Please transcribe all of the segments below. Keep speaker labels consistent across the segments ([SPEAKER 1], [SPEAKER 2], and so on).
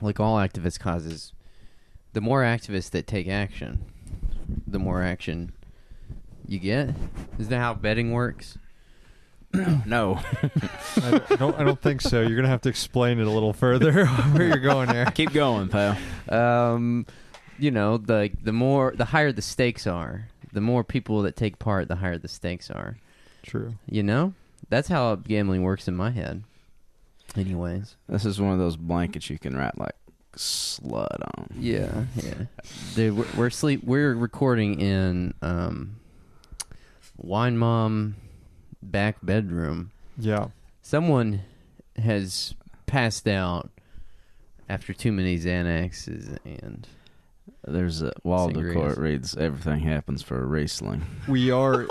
[SPEAKER 1] like all activist causes, the more activists that take action, the more action you get. Is that how betting works? no.
[SPEAKER 2] I don't- I don't, I don't think so. You're gonna have to explain it a little further where you're going there.
[SPEAKER 3] Keep going, pal.
[SPEAKER 1] um, you know, the the more the higher the stakes are, the more people that take part, the higher the stakes are.
[SPEAKER 2] True.
[SPEAKER 1] You know, that's how gambling works in my head. Anyways,
[SPEAKER 3] This is one of those blankets you can write like slut on.
[SPEAKER 1] yeah, yeah. Dude, we're, we're sleep. We're recording in um, wine mom back bedroom.
[SPEAKER 2] Yeah.
[SPEAKER 1] Someone has passed out after too many Xanaxes and
[SPEAKER 3] There's a wall
[SPEAKER 1] Sangrias.
[SPEAKER 3] decor. It reads everything happens for a Riesling.
[SPEAKER 2] We are.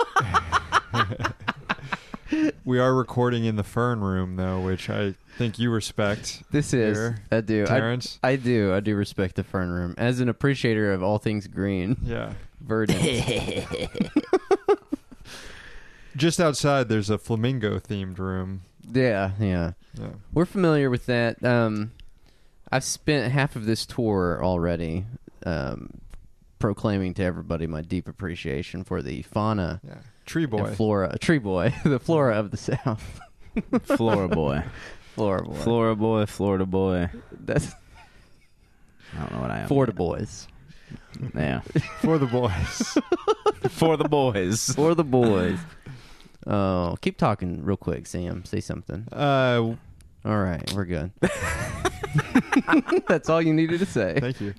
[SPEAKER 2] we are recording in the fern room though, which I think you respect.
[SPEAKER 1] This is
[SPEAKER 2] Here.
[SPEAKER 1] I do. I,
[SPEAKER 2] Terrence.
[SPEAKER 1] I do. I do respect the fern room as an appreciator of all things green,
[SPEAKER 2] yeah.
[SPEAKER 1] verdant.
[SPEAKER 2] Just outside, there's a flamingo themed room.
[SPEAKER 1] yeah, yeah.
[SPEAKER 2] Yeah.
[SPEAKER 1] We're familiar with that. Um, I've spent half of this tour already um, proclaiming to everybody my deep appreciation for the fauna
[SPEAKER 2] Yeah. Tree
[SPEAKER 1] and
[SPEAKER 2] boy.
[SPEAKER 1] flora, tree boy, the flora of the south,
[SPEAKER 3] Flora boy.
[SPEAKER 1] flora boy.
[SPEAKER 3] Flora boy, Florida boy.
[SPEAKER 1] That's
[SPEAKER 3] I don't know what I am.
[SPEAKER 1] Florida boys.
[SPEAKER 3] Yeah.
[SPEAKER 2] for the boys.
[SPEAKER 3] for the boys.
[SPEAKER 1] For the boys. Oh, keep talking real quick, Sam. Say something.
[SPEAKER 2] Uh,
[SPEAKER 1] All right, we're good. That's all you needed to say.
[SPEAKER 2] thank you.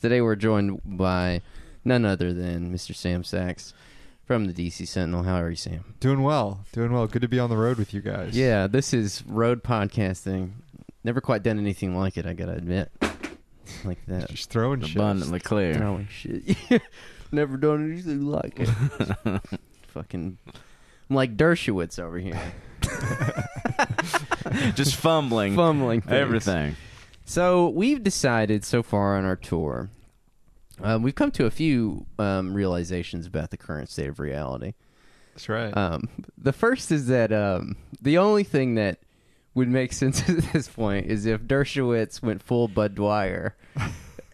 [SPEAKER 1] Today we're joined by none other than Mr. Sam Sachs from the DC Sentinel. How are you, Sam?
[SPEAKER 2] Doing well. Doing well. Good to be on the road with you guys.
[SPEAKER 1] Yeah, this is road podcasting. Never quite done anything like it, I gotta admit. Like that.
[SPEAKER 2] Just throwing shit.
[SPEAKER 3] Abundantly clear.
[SPEAKER 1] Throwing shit. Never done anything like it. Fucking. I'm like Dershowitz over here.
[SPEAKER 3] Just fumbling.
[SPEAKER 1] Fumbling. things.
[SPEAKER 3] Everything.
[SPEAKER 1] So we've decided so far on our tour, um, we've come to a few um, realizations about the current state of reality.
[SPEAKER 2] That's right.
[SPEAKER 1] Um, the first is that um, the only thing that would make sense at this point is if Dershowitz went full Bud Dwyer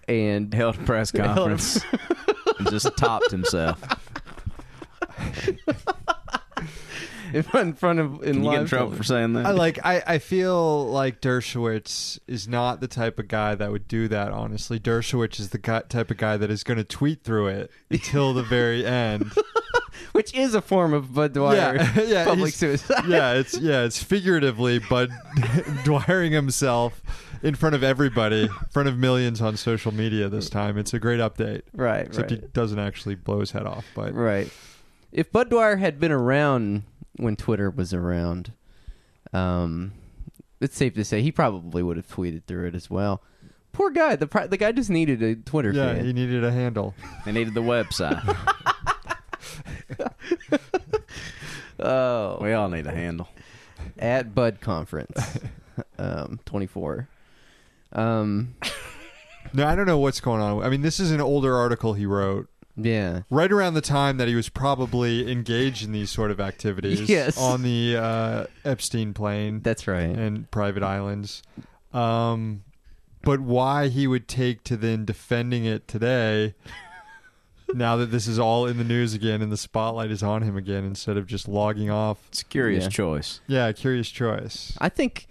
[SPEAKER 1] and
[SPEAKER 3] Held a press
[SPEAKER 1] Held a-
[SPEAKER 3] conference. and just topped himself.
[SPEAKER 1] in front of in
[SPEAKER 3] Can you
[SPEAKER 1] live
[SPEAKER 3] get in trouble for
[SPEAKER 1] television.
[SPEAKER 3] saying that?
[SPEAKER 2] I like I, I feel like Dershowitz is not the type of guy that would do that honestly. Dershowitz is the guy, type of guy that is going to tweet through it until the very end.
[SPEAKER 1] which is a form of Bud Dwyer
[SPEAKER 2] Yeah, yeah,
[SPEAKER 1] public
[SPEAKER 2] he's-
[SPEAKER 1] suicide.
[SPEAKER 2] yeah, it's yeah, it's figuratively Bud Dwyering himself in front of everybody, in front of millions on social media this time. It's a great update.
[SPEAKER 1] Right,
[SPEAKER 2] Except
[SPEAKER 1] right,
[SPEAKER 2] he doesn't actually blow his head off, but
[SPEAKER 1] right. If Bud Dwyer had been around when Twitter was around, um, it's safe to say he probably would have tweeted through it as well. Poor guy. The pri- the guy just needed a Twitter
[SPEAKER 2] yeah,
[SPEAKER 1] fan.
[SPEAKER 2] he needed a handle.
[SPEAKER 3] They needed the website.
[SPEAKER 1] oh,
[SPEAKER 3] we all need a handle.
[SPEAKER 1] at Bud Conference, um, 24. Um,
[SPEAKER 2] No, I don't know what's going on. I mean, this is an older article he wrote.
[SPEAKER 1] yeah,
[SPEAKER 2] right around the time that he was probably engaged in these sort of activities
[SPEAKER 1] Yes.
[SPEAKER 2] on the uh, Epstein plane
[SPEAKER 1] that's right.
[SPEAKER 2] and private islands. Um, but why he would take to then defending it today, now that this is all in the news again and the spotlight is on him again, instead of just logging off.
[SPEAKER 3] It's a curious
[SPEAKER 1] Yeah.
[SPEAKER 3] choice.
[SPEAKER 2] Yeah, curious choice.
[SPEAKER 1] I think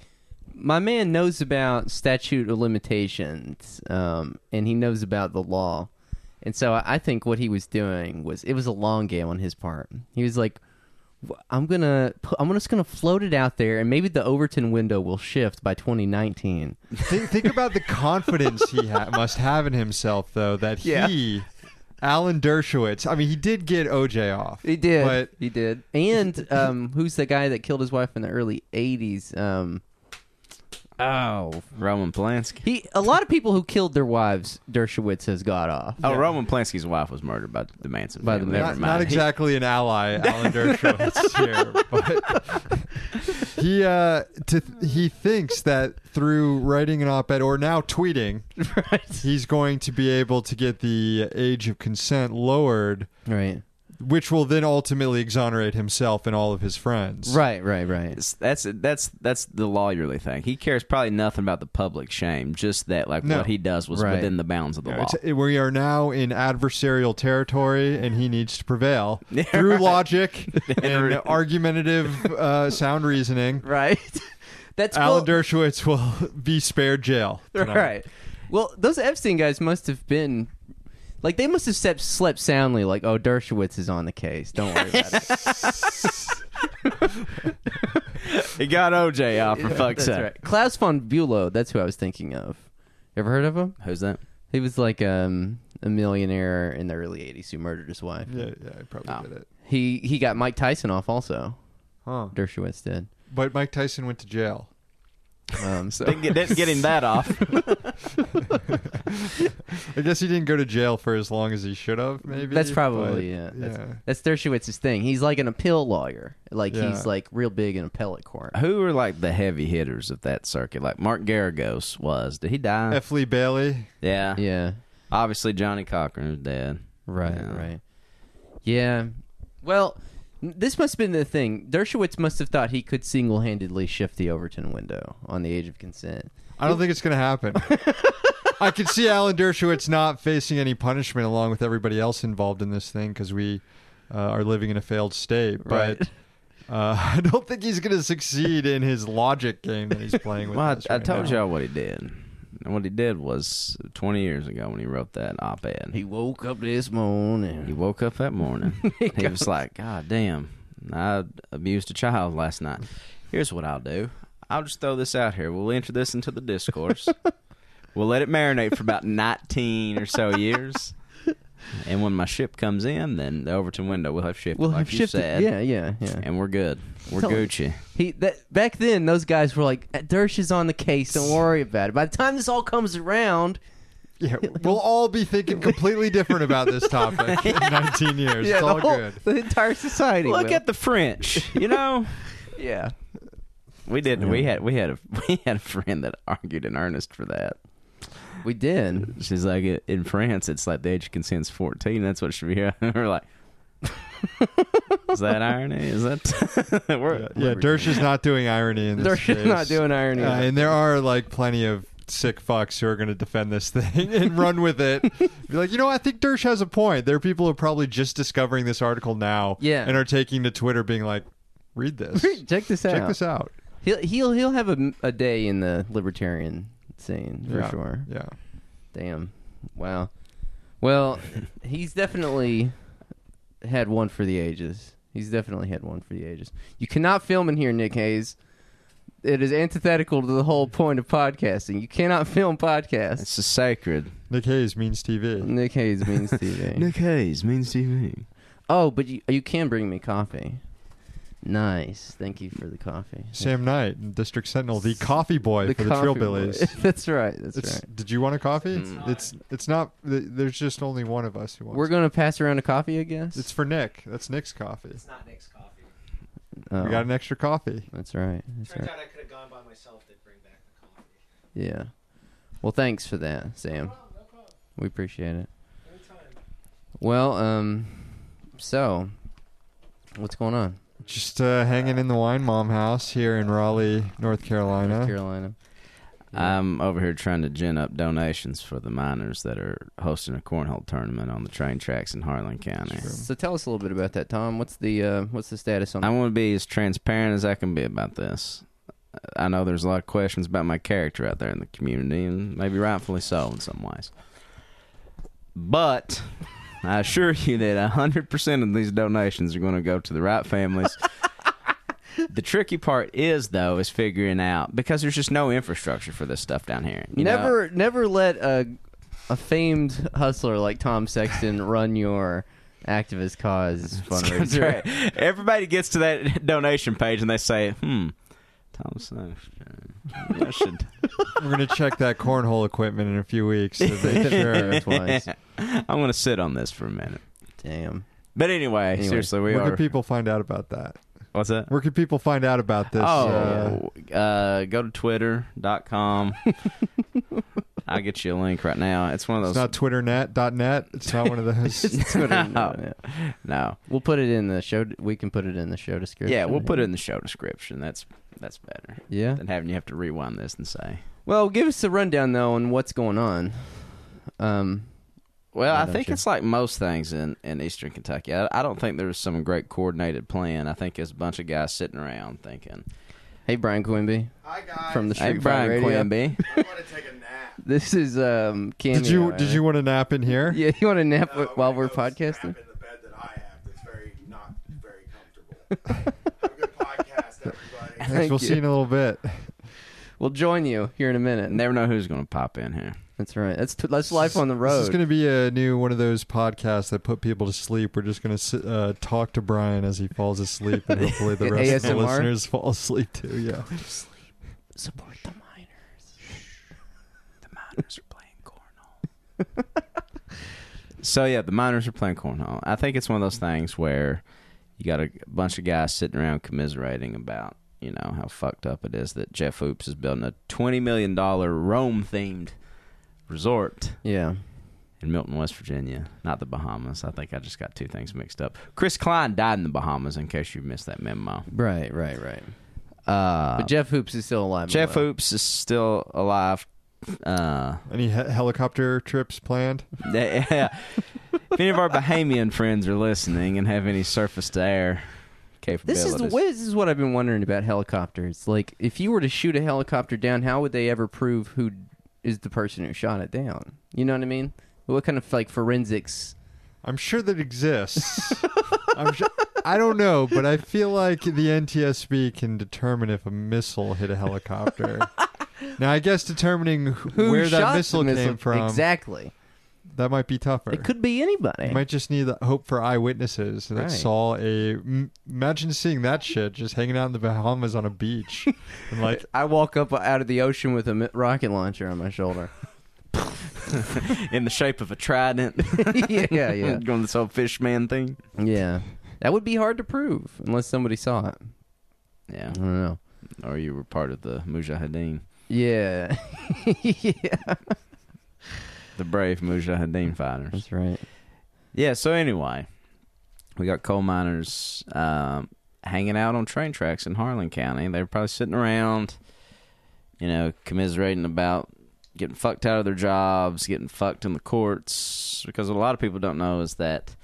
[SPEAKER 1] my man knows about statute of limitations, um, and he knows about the law. And so I I think what he was doing was it was a long game on his part. He was like, "W- "I'm gonna, pu- I'm just gonna float it out there, and maybe the Overton window will shift by 2019."
[SPEAKER 2] think, think about the confidence he ha- must have in himself, though, that
[SPEAKER 1] Yeah.
[SPEAKER 2] he, Alan Dershowitz, I mean, he did get OJ off.
[SPEAKER 1] He did.
[SPEAKER 2] But
[SPEAKER 1] he did. And um, who's the guy that killed his wife in the early '80s? Um,
[SPEAKER 3] Oh, Roman Polanski.
[SPEAKER 1] He a lot of people who killed their wives, Dershowitz has got off.
[SPEAKER 3] Oh, Roman Polanski's wife was murdered by the Manson.
[SPEAKER 1] By the
[SPEAKER 3] family.
[SPEAKER 1] Manson.
[SPEAKER 2] not,
[SPEAKER 3] Never
[SPEAKER 2] not
[SPEAKER 3] mind.
[SPEAKER 2] exactly an ally, Alan Dershowitz here, but he uh, to, he thinks that through writing an op-ed or now tweeting,
[SPEAKER 1] Right.
[SPEAKER 2] he's going to be able to get the age of consent lowered,
[SPEAKER 1] Right.
[SPEAKER 2] which will then ultimately exonerate himself and all of his friends.
[SPEAKER 1] Right, right, right.
[SPEAKER 3] It's- That's that's that's the lawyerly thing. He cares probably nothing about the public shame, just that like
[SPEAKER 2] No.
[SPEAKER 3] what he does was
[SPEAKER 1] Right.
[SPEAKER 3] within the bounds of the
[SPEAKER 2] You know,
[SPEAKER 3] law.
[SPEAKER 2] it's- we are now in adversarial territory, and he needs to prevail
[SPEAKER 3] Yeah,
[SPEAKER 2] through
[SPEAKER 3] right.
[SPEAKER 2] logic and
[SPEAKER 3] Right.
[SPEAKER 2] argumentative uh, sound reasoning.
[SPEAKER 1] Right. That's
[SPEAKER 2] Alan
[SPEAKER 1] well,
[SPEAKER 2] Dershowitz will be spared jail. tonight.
[SPEAKER 1] right. Well, those Epstein guys must have been like they must have slept, slept soundly. Like, oh, Dershowitz is on the case. Don't worry about it.
[SPEAKER 3] he got OJ off for fuck's
[SPEAKER 1] That's
[SPEAKER 3] sake.
[SPEAKER 1] right. Klaus von Bülow. That's who I was thinking of. You ever heard of him?
[SPEAKER 3] Who's that?
[SPEAKER 1] He was like um, a millionaire in the early '80s who murdered his wife.
[SPEAKER 2] Yeah, yeah, I probably
[SPEAKER 3] Oh.
[SPEAKER 2] did it.
[SPEAKER 1] He he got Mike Tyson off also.
[SPEAKER 2] Huh.
[SPEAKER 1] Dershowitz did.
[SPEAKER 2] But Mike Tyson went to jail.
[SPEAKER 1] Um, so
[SPEAKER 3] Didn't get, didn't get him that off.
[SPEAKER 2] I guess he didn't go to jail for as long as he should have. Maybe
[SPEAKER 1] Mm, that's probably yeah.
[SPEAKER 2] but,
[SPEAKER 1] That's,
[SPEAKER 2] yeah.
[SPEAKER 1] that's Dershowitz's thing. He's like an appeal lawyer. Like
[SPEAKER 2] Yeah.
[SPEAKER 1] he's like real big in appellate court.
[SPEAKER 3] Who were like the heavy hitters of that circuit? Like Mark Garagos was. Did he
[SPEAKER 1] uh,
[SPEAKER 3] die?
[SPEAKER 2] F. Lee Bailey.
[SPEAKER 3] yeah.
[SPEAKER 1] Yeah.
[SPEAKER 3] Obviously Johnny Cochran was dead.
[SPEAKER 1] Right,
[SPEAKER 3] Yeah.
[SPEAKER 1] right. Yeah. Well, n- this must have been the thing. Dershowitz must have thought he could single handedly shift the Overton window on the age of consent.
[SPEAKER 2] I don't think it's going to happen. I could see Alan Dershowitz not facing any punishment along with everybody else involved in this thing because we uh, are living in a failed state. But
[SPEAKER 1] Right.
[SPEAKER 2] uh, I don't think he's going to succeed in his logic game that he's playing with.
[SPEAKER 3] Well, I,
[SPEAKER 2] us
[SPEAKER 3] I
[SPEAKER 2] right
[SPEAKER 3] told
[SPEAKER 2] now.
[SPEAKER 3] y'all what he did. And what he did was 20 years ago when he wrote that op ed.
[SPEAKER 1] He
[SPEAKER 3] He,
[SPEAKER 1] woke up this morning.
[SPEAKER 3] woke up that morning. he was like, God damn, I abused a child last night. Here's what I'll do I'll just throw this out here. We'll enter this into the discourse. we'll let it marinate for about 19 or so years. And when my ship comes in, then the Overton window will have shifted.
[SPEAKER 1] We'll
[SPEAKER 3] like
[SPEAKER 1] have
[SPEAKER 3] you
[SPEAKER 1] shifted.
[SPEAKER 3] Said,
[SPEAKER 1] Yeah, yeah, yeah.
[SPEAKER 3] And we're good. We're
[SPEAKER 1] Tell-
[SPEAKER 3] Gucci.
[SPEAKER 1] He that back then those guys were like "Uh, Dersh is on the case. Don't worry about it. By the time this all comes around,
[SPEAKER 2] Yeah, we'll all be thinking completely different about this topic in 19 years. it's
[SPEAKER 1] the,
[SPEAKER 2] all
[SPEAKER 1] whole-
[SPEAKER 2] good.
[SPEAKER 1] the entire society.
[SPEAKER 3] Look
[SPEAKER 1] will.
[SPEAKER 3] at the French. You know,
[SPEAKER 1] yeah.
[SPEAKER 3] We did.
[SPEAKER 1] Yeah.
[SPEAKER 3] We had. We had a. We had a friend that argued in earnest for that.
[SPEAKER 1] We did.
[SPEAKER 3] She's like, "I- in France, it's like the age of consent's fourteen. That's what it should be here. And we're like, is that irony? Is that? we're,
[SPEAKER 2] Yeah, yeah, Dersh is not doing irony in this
[SPEAKER 1] Dersh is
[SPEAKER 2] case.
[SPEAKER 1] not doing irony.
[SPEAKER 2] Uh, and there are like plenty of sick fucks who are going to defend this thing and run with it. Be like, you know, I think Dersh has a point. There are people who are probably just discovering this article now,
[SPEAKER 1] Yeah.
[SPEAKER 2] and are taking to Twitter being like, "Read this, check
[SPEAKER 1] Check this out.
[SPEAKER 2] this out."
[SPEAKER 1] He'll he'll he'll have a, a day in the libertarian scene for
[SPEAKER 2] yeah.
[SPEAKER 1] sure.
[SPEAKER 2] Yeah,
[SPEAKER 1] Damn. Wow. Well, he's definitely had one for the ages. He's definitely had one for the ages. You cannot film in here, Nick Hayes. It is antithetical to the whole point of podcasting. You cannot film podcasts.
[SPEAKER 3] It's a sacred.
[SPEAKER 2] Nick Hayes means TV.
[SPEAKER 1] Nick Hayes means TV.
[SPEAKER 3] Hayes means TV.
[SPEAKER 1] Oh, but you you can bring me coffee. Nice. Thank you for the coffee.
[SPEAKER 2] Sam Knight, in District Sentinel, the coffee boy for the
[SPEAKER 1] coffee
[SPEAKER 2] Trillbillies.
[SPEAKER 1] boy. that's right. That's
[SPEAKER 2] It's,
[SPEAKER 1] right.
[SPEAKER 2] Did you want a coffee?
[SPEAKER 3] It's not.
[SPEAKER 2] It's it's not. th- There's just only one of us who wants.
[SPEAKER 1] We're gonna pass around a coffee, I guess.
[SPEAKER 2] it. It's for Nick. That's Nick's coffee.
[SPEAKER 4] It's not Nick's coffee.
[SPEAKER 1] Oh.
[SPEAKER 2] We got an extra coffee.
[SPEAKER 1] That's right. That's
[SPEAKER 4] Turns
[SPEAKER 1] right.
[SPEAKER 4] out I could have gone by myself to bring back the coffee.
[SPEAKER 1] Yeah. Well, thanks for that, Sam. We appreciate it.
[SPEAKER 4] Anytime.
[SPEAKER 1] Well, um, so what's going on,
[SPEAKER 2] Just uh, hanging in the wine mom house here in Raleigh, North Carolina.
[SPEAKER 1] North Carolina?
[SPEAKER 3] I'm over here trying to gin up donations for the miners that are hosting a cornhole tournament on the train tracks in Harlan County.
[SPEAKER 1] So tell us a little bit about that, Tom. What's the uh, what's the status on?
[SPEAKER 3] I want to be as transparent as I can be about this. I know there's a lot of questions about my character out there in the community, and maybe rightfully so in some ways. But I assure you that 100% of these donations are going to go to the right families. the tricky part is, though, is figuring out because there's just no infrastructure for this stuff down here. You know?
[SPEAKER 1] never never let a a famed hustler like Tom Sexton run your activist cause
[SPEAKER 3] That's
[SPEAKER 1] fundraiser.
[SPEAKER 3] right. Everybody gets to that donation page and they say, hmm, Thompson, I should.
[SPEAKER 2] We're gonna check that cornhole equipment in a few weeks. To make sure.
[SPEAKER 1] Twice.
[SPEAKER 3] I'm going to sit on this for a minute.
[SPEAKER 1] Damn.
[SPEAKER 3] But anyway,
[SPEAKER 1] Anyway,
[SPEAKER 3] seriously, we
[SPEAKER 2] Where
[SPEAKER 3] are.
[SPEAKER 2] can people find out about that?
[SPEAKER 3] what's that?
[SPEAKER 2] Where can people find
[SPEAKER 1] Oh,
[SPEAKER 2] out about this? uh,
[SPEAKER 3] oh, uh, go to twitter.com I'll get you a link right now. It's one of
[SPEAKER 2] It's
[SPEAKER 3] those.
[SPEAKER 2] not twitternet.net. It's not one of those.
[SPEAKER 1] It's Twitter.
[SPEAKER 3] No. no.
[SPEAKER 1] We'll put it in the show. We can put it in the show description.
[SPEAKER 3] Yeah, we'll put it in the show description. That's that's better
[SPEAKER 1] Yeah.
[SPEAKER 3] than having you have to rewind this and say.
[SPEAKER 1] Well, give us a rundown though on what's going on. Um,
[SPEAKER 3] Well,
[SPEAKER 1] Why
[SPEAKER 3] I
[SPEAKER 1] don't
[SPEAKER 3] think
[SPEAKER 1] you?
[SPEAKER 3] it's like most things in, in Eastern Kentucky. I, I don't think there's some great coordinated plan. I think it's a bunch of guys sitting around thinking,
[SPEAKER 1] hey Brian Quimby
[SPEAKER 4] Hi guys.
[SPEAKER 1] from the
[SPEAKER 3] "Hey,
[SPEAKER 1] Street Fighter
[SPEAKER 3] Brian
[SPEAKER 1] Radio.
[SPEAKER 3] Quimby,
[SPEAKER 4] I want to take a nap.
[SPEAKER 1] This is um. Cameo,
[SPEAKER 2] Did you
[SPEAKER 1] all
[SPEAKER 2] did you
[SPEAKER 1] right?
[SPEAKER 2] want to nap in here?
[SPEAKER 1] Yeah, you want to nap
[SPEAKER 4] No, I'm
[SPEAKER 1] while
[SPEAKER 4] gonna
[SPEAKER 1] we're
[SPEAKER 4] go snap
[SPEAKER 1] podcasting?
[SPEAKER 4] In the bed that I have, that's very not very comfortable. Have a good podcast,
[SPEAKER 2] Thanks.
[SPEAKER 4] everybody.
[SPEAKER 2] We'll
[SPEAKER 1] Thank you.
[SPEAKER 2] see you in a little bit.
[SPEAKER 1] We'll join you here in a minute.
[SPEAKER 3] never know who's going to pop in here."
[SPEAKER 1] That's right. That's t- that's life on the
[SPEAKER 2] This is
[SPEAKER 1] road.
[SPEAKER 2] going to be a new one of those podcasts that put people to sleep. We're just going to uh, talk to Brian as he falls asleep, and hopefully the rest of the
[SPEAKER 1] ASMR?
[SPEAKER 2] listeners fall asleep too. Yeah.
[SPEAKER 1] Support the miners.
[SPEAKER 3] The miners are playing cornhole. so yeah, the miners are playing cornhole. I think it's one of those things where you got a bunch of guys sitting around commiserating about you know how fucked up it is that Jeff Oops is building a twenty million dollar Rome themed resort
[SPEAKER 1] Yeah.
[SPEAKER 3] in Milton, West Virginia, not the Bahamas. I think I just got two things mixed up. Chris Klein died in the Bahamas, in case you missed that memo.
[SPEAKER 1] Right. Right. Right.
[SPEAKER 3] Uh,
[SPEAKER 1] But Jeff Hoops is still alive.
[SPEAKER 3] Jeff
[SPEAKER 1] Hoops.
[SPEAKER 3] Oops is still alive. Uh,
[SPEAKER 2] Any he- helicopter trips planned?
[SPEAKER 3] yeah. If any of our Bahamian friends are listening and have any surface to air
[SPEAKER 1] This
[SPEAKER 3] capabilities,
[SPEAKER 1] is, the way- this is what I've been wondering about helicopters. Like, if you were to shoot a helicopter down, how would they ever prove who is the person who shot it down? You know what I mean? What kind of like forensics?
[SPEAKER 2] I'm sure that exists. I'm sure, I don't know, but I feel like the NTSB can determine if a missile hit a helicopter. now, I guess determining wh-
[SPEAKER 1] Who
[SPEAKER 2] where
[SPEAKER 1] shot
[SPEAKER 2] that
[SPEAKER 1] the
[SPEAKER 2] missile, came from
[SPEAKER 1] Exactly.
[SPEAKER 2] that might be tougher.
[SPEAKER 1] It could be anybody.
[SPEAKER 2] You might just need the hope for eyewitnesses that
[SPEAKER 1] Right.
[SPEAKER 2] saw a. M- imagine seeing that shit just hanging out in the Bahamas on a beach, and like
[SPEAKER 1] I walk up out of the ocean with a mi- rocket launcher on my shoulder.
[SPEAKER 3] in the shape of a trident,
[SPEAKER 1] yeah, yeah,
[SPEAKER 3] going this whole fish man thing.
[SPEAKER 1] yeah. That would be hard to prove unless somebody saw it.
[SPEAKER 3] Yeah,
[SPEAKER 1] I don't know.
[SPEAKER 3] or you were part of the Mujahideen,
[SPEAKER 1] Yeah, yeah.
[SPEAKER 3] the brave Mujahideen fighters.
[SPEAKER 1] That's right.
[SPEAKER 3] Yeah. So anyway, we got coal miners um, hanging out on train tracks in Harlan County. They were probably sitting around, you know, commiserating about getting fucked out of their jobs, getting fucked in the courts. Because what a lot of people don't know is that.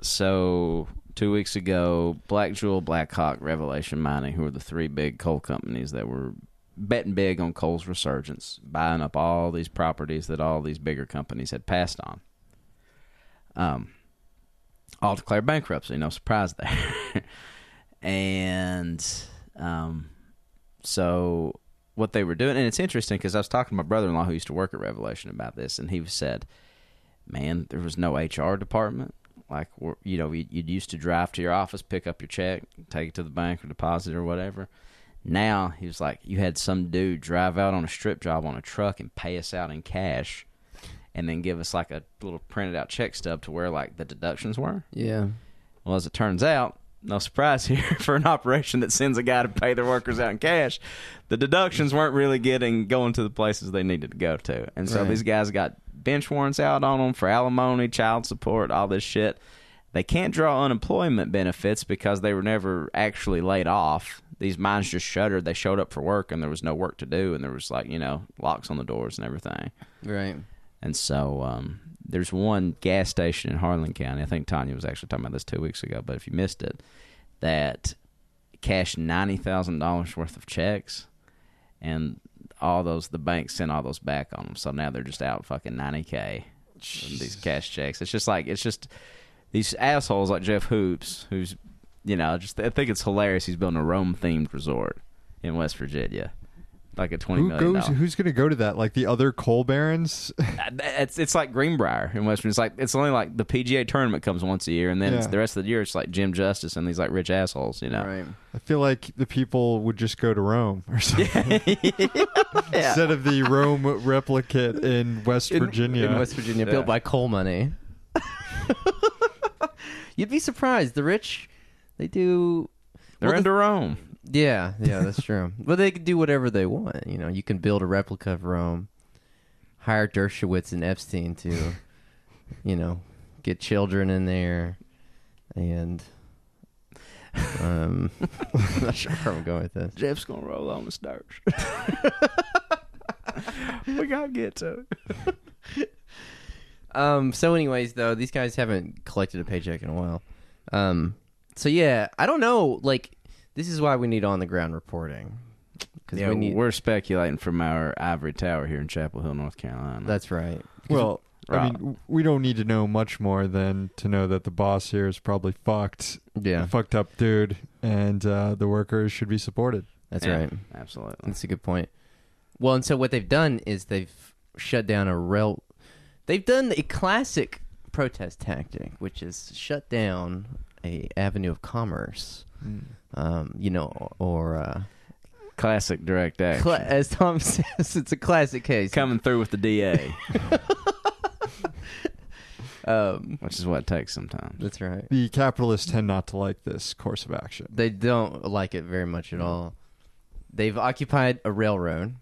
[SPEAKER 3] So two weeks ago, Black Jewel, Black Hawk, Revelation Mining, who are the three big coal companies that were betting big on coal's resurgence, buying up all these properties that all these bigger companies had passed on um, all declared bankruptcy. No surprise there. and um, so what they were doing, and it's interesting because I was talking to my brother in law who used to work at Revelation about this, and he said, "Man, there was no HR department." Like we're- you know, you- you'd used to drive to your office, pick up your check, take it to the bank or deposit it or whatever. Now he was like, you had some dude drive out on a strip job on a truck and pay us out in cash, and then give us like a little printed out check stub to where like the deductions were.
[SPEAKER 1] Yeah.
[SPEAKER 3] Well, as it turns out, no surprise here for an operation that sends a guy to pay their workers out in cash, the deductions weren't really getting going to the places they needed to go to. And so
[SPEAKER 1] Right.
[SPEAKER 3] these guys got bench warrants out on them for alimony, child support, all this shit. They can't draw unemployment benefits because they were never actually laid off. These mines just shuttered. They showed up for work and there was no work to do and there was like, you know, locks on the doors and everything.
[SPEAKER 1] Right.
[SPEAKER 3] And so um, there's one gas station in Harlan County. I think Tanya was actually talking about this two weeks ago, but if you missed it, that cashed ninety thousand dollars worth of checks, and all those the bank sent all those back on them. So now they're just out fucking ninety k these cash checks. It's just like it's just these assholes like Jeff Hoops, who's you know just I think it's hilarious. He's building a Rome themed resort in West Virginia, like a twenty
[SPEAKER 2] who
[SPEAKER 3] million
[SPEAKER 2] goes?
[SPEAKER 3] dollar-
[SPEAKER 2] Who's going to go to that? Like the other coal barons?
[SPEAKER 3] uh, it's it's like Greenbrier in Western. It's like it's only like the PGA tournament comes once a year, and then it's
[SPEAKER 2] Yeah.
[SPEAKER 3] the rest of the year it's like Jim Justice and these like rich assholes, you know.
[SPEAKER 1] Right.
[SPEAKER 2] I feel like the people would just go to Rome or something instead of the Rome replicate in West Virginia.
[SPEAKER 1] in West Virginia,
[SPEAKER 3] Yeah.
[SPEAKER 1] built by coal money. You'd be surprised. The rich, they do.
[SPEAKER 3] They're
[SPEAKER 1] well, the-
[SPEAKER 3] into Rome.
[SPEAKER 1] yeah, yeah, that's true. But they can do whatever they want. You know, you can build a replica of Rome. hire Dershowitz and Epstein to, you know, get children in there, and um, I'm not sure where I'm going with this.
[SPEAKER 3] Jeff's gonna roll on the starch. we gotta get to it.
[SPEAKER 1] Um, so, anyways, though these guys haven't collected a paycheck in a while. Um, so yeah, I don't know. Like, this is why we need on the ground reporting. 'Cause
[SPEAKER 3] Yeah,
[SPEAKER 1] we need-
[SPEAKER 3] we're speculating from our ivory tower here in Chapel Hill, North Carolina.
[SPEAKER 1] That's right.
[SPEAKER 2] Well, I
[SPEAKER 3] Rob.
[SPEAKER 2] mean, w- we don't need to know much more than to know that the boss here is probably fucked,
[SPEAKER 1] Yeah,
[SPEAKER 2] fucked up dude, and uh, the workers should be supported.
[SPEAKER 1] that's
[SPEAKER 3] Yeah,
[SPEAKER 1] right.
[SPEAKER 3] Absolutely.
[SPEAKER 1] That's a good point. Well, and so what they've done is they've shut down a rail. They've done a classic protest tactic, which is shut down a avenue of commerce. Um, you know, or uh,
[SPEAKER 3] Classic direct action.
[SPEAKER 1] cla- as Tom says, it's a classic case.
[SPEAKER 3] Coming through with the DA,
[SPEAKER 1] Um,
[SPEAKER 3] which is what it takes sometimes.
[SPEAKER 1] that's right.
[SPEAKER 2] The capitalists tend not to like this course of action.
[SPEAKER 1] They don't like it very much at all. They've occupied a railroad.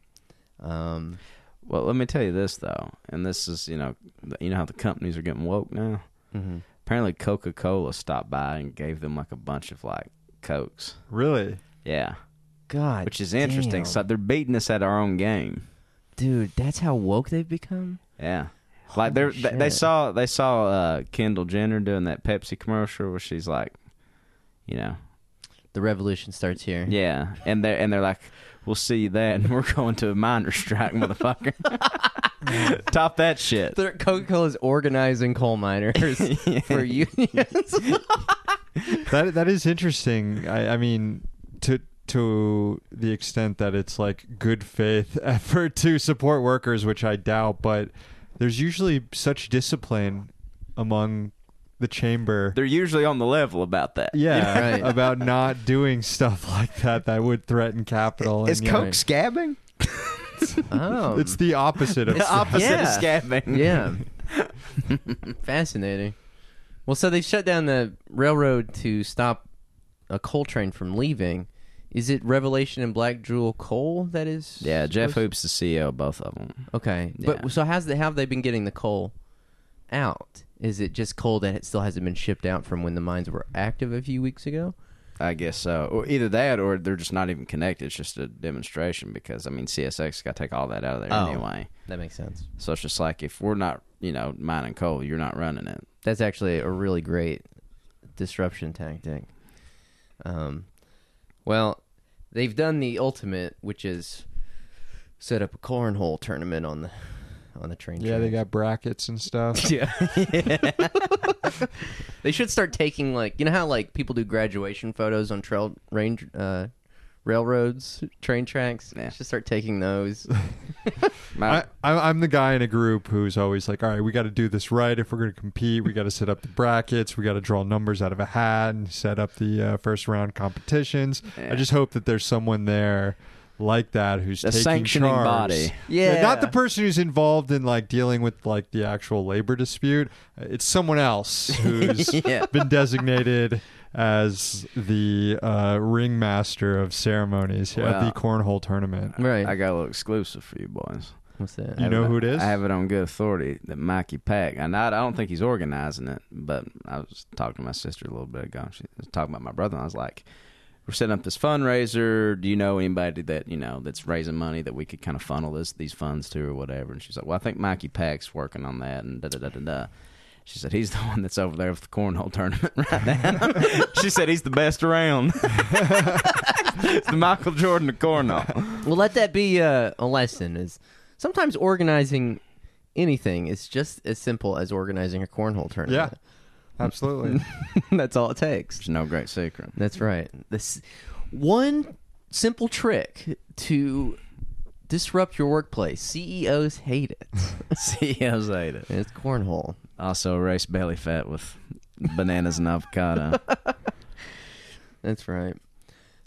[SPEAKER 1] Um,
[SPEAKER 3] Well, let me tell you this though, and this is you know you know how the companies are getting woke now.
[SPEAKER 1] mhm.
[SPEAKER 3] Apparently, Coca Cola stopped by and gave them like a bunch of like cokes.
[SPEAKER 2] Really?
[SPEAKER 3] Yeah,
[SPEAKER 1] God,
[SPEAKER 3] which is
[SPEAKER 1] damn.
[SPEAKER 3] interesting. So they're beating us at our own game.
[SPEAKER 1] dude, that's how woke they've become.
[SPEAKER 3] Yeah. Like they're,
[SPEAKER 1] Holy
[SPEAKER 3] they they
[SPEAKER 1] shit.
[SPEAKER 3] saw they saw uh, Kendall Jenner doing that Pepsi commercial where she's like, you know,
[SPEAKER 1] The revolution starts here.
[SPEAKER 3] yeah, and they are and they're like, we'll see you then. We're going to a minor strike, motherfucker. Top that shit.
[SPEAKER 1] Coca Cola is organizing coal miners for unions.
[SPEAKER 2] that that is interesting. I, I mean, to to the extent that it's like good faith effort to support workers, which I doubt, but there's usually such discipline among the chamber.
[SPEAKER 3] They're usually on the level about that.
[SPEAKER 2] yeah,
[SPEAKER 1] Right.
[SPEAKER 2] about not doing stuff like that that would threaten capital.
[SPEAKER 3] Is
[SPEAKER 2] and, you
[SPEAKER 3] Coke
[SPEAKER 2] know,
[SPEAKER 3] scabbing?
[SPEAKER 1] Oh,
[SPEAKER 2] it's the opposite of
[SPEAKER 3] The opposite
[SPEAKER 1] Yeah.
[SPEAKER 3] of scabbing.
[SPEAKER 1] yeah, fascinating. Well, so they've shut down the railroad to stop a coal train from leaving. Is it Revelation and Black Jewel Coal that is?
[SPEAKER 3] Yeah, Jeff
[SPEAKER 1] supposed-
[SPEAKER 3] Hoops the CEO of both of them.
[SPEAKER 1] Okay,
[SPEAKER 3] Yeah.
[SPEAKER 1] but so how's the, how have they been getting the coal out? Is it just coal that it still hasn't been shipped out from when the mines were active a few weeks ago?
[SPEAKER 3] I guess so. Or either that, or they're just not even connected. It's just a demonstration because I mean CSX got to take all that out of there
[SPEAKER 1] Oh.
[SPEAKER 3] anyway.
[SPEAKER 1] That makes sense.
[SPEAKER 3] So it's just like if we're not, you know, mining coal, you're not running it.
[SPEAKER 1] That's actually a really great disruption tactic. Um, well, they've done the ultimate, which is set up a cornhole tournament on the on the train.
[SPEAKER 2] yeah, they
[SPEAKER 1] tracks.
[SPEAKER 2] got brackets and stuff.
[SPEAKER 1] They should start taking like you know how like people do graduation photos on trail range uh, railroads, train tracks.
[SPEAKER 3] Yeah.
[SPEAKER 1] Should start taking those.
[SPEAKER 3] My,
[SPEAKER 2] I, I, I'm the guy in a group who's always like, all right, we got to do this right. If we're going to compete, we got to set up the brackets. We got to draw numbers out of a hat and set up the uh, first round competitions. I
[SPEAKER 3] Yeah.
[SPEAKER 2] just hope that there's someone there like that who's
[SPEAKER 3] the
[SPEAKER 2] taking
[SPEAKER 3] sanctioning
[SPEAKER 2] charge.
[SPEAKER 3] body.
[SPEAKER 1] Yeah,
[SPEAKER 2] not the person who's involved in like dealing with like the actual labor dispute. Uh, It's someone else who's
[SPEAKER 3] Yeah.
[SPEAKER 2] been designated as the uh, ringmaster of ceremonies here
[SPEAKER 3] Well,
[SPEAKER 2] at the cornhole tournament.
[SPEAKER 1] right.
[SPEAKER 3] I got a little exclusive for you boys.
[SPEAKER 1] What's that?
[SPEAKER 2] You
[SPEAKER 3] I have
[SPEAKER 2] know who it is?
[SPEAKER 3] I have it on good authority that Mikey Pack. And I, I don't think he's organizing it, but I was talking to my sister a little bit ago. and She was talking about my brother, and I was like, "We're setting up this fundraiser. Do you know anybody that you know that's raising money that we could kind of funnel this these funds to or whatever?" And she's like, "Well, I think Mikey Pack's working on that." And da da da da da. She said he's the one that's over there with the cornhole tournament right now. she said he's the best around. it's the Michael Jordan of cornhole.
[SPEAKER 1] Well, let that be uh, a lesson. Is sometimes organizing anything is just as simple as organizing a cornhole
[SPEAKER 2] yeah,
[SPEAKER 1] tournament.
[SPEAKER 2] absolutely.
[SPEAKER 1] that's all it takes.
[SPEAKER 3] There's no great secret.
[SPEAKER 1] That's right. This one simple trick to disrupt your workplace. CEOs hate it.
[SPEAKER 3] CEOs hate it.
[SPEAKER 1] it's cornhole.
[SPEAKER 3] Also, race belly fat with bananas and avocado.
[SPEAKER 1] That's right.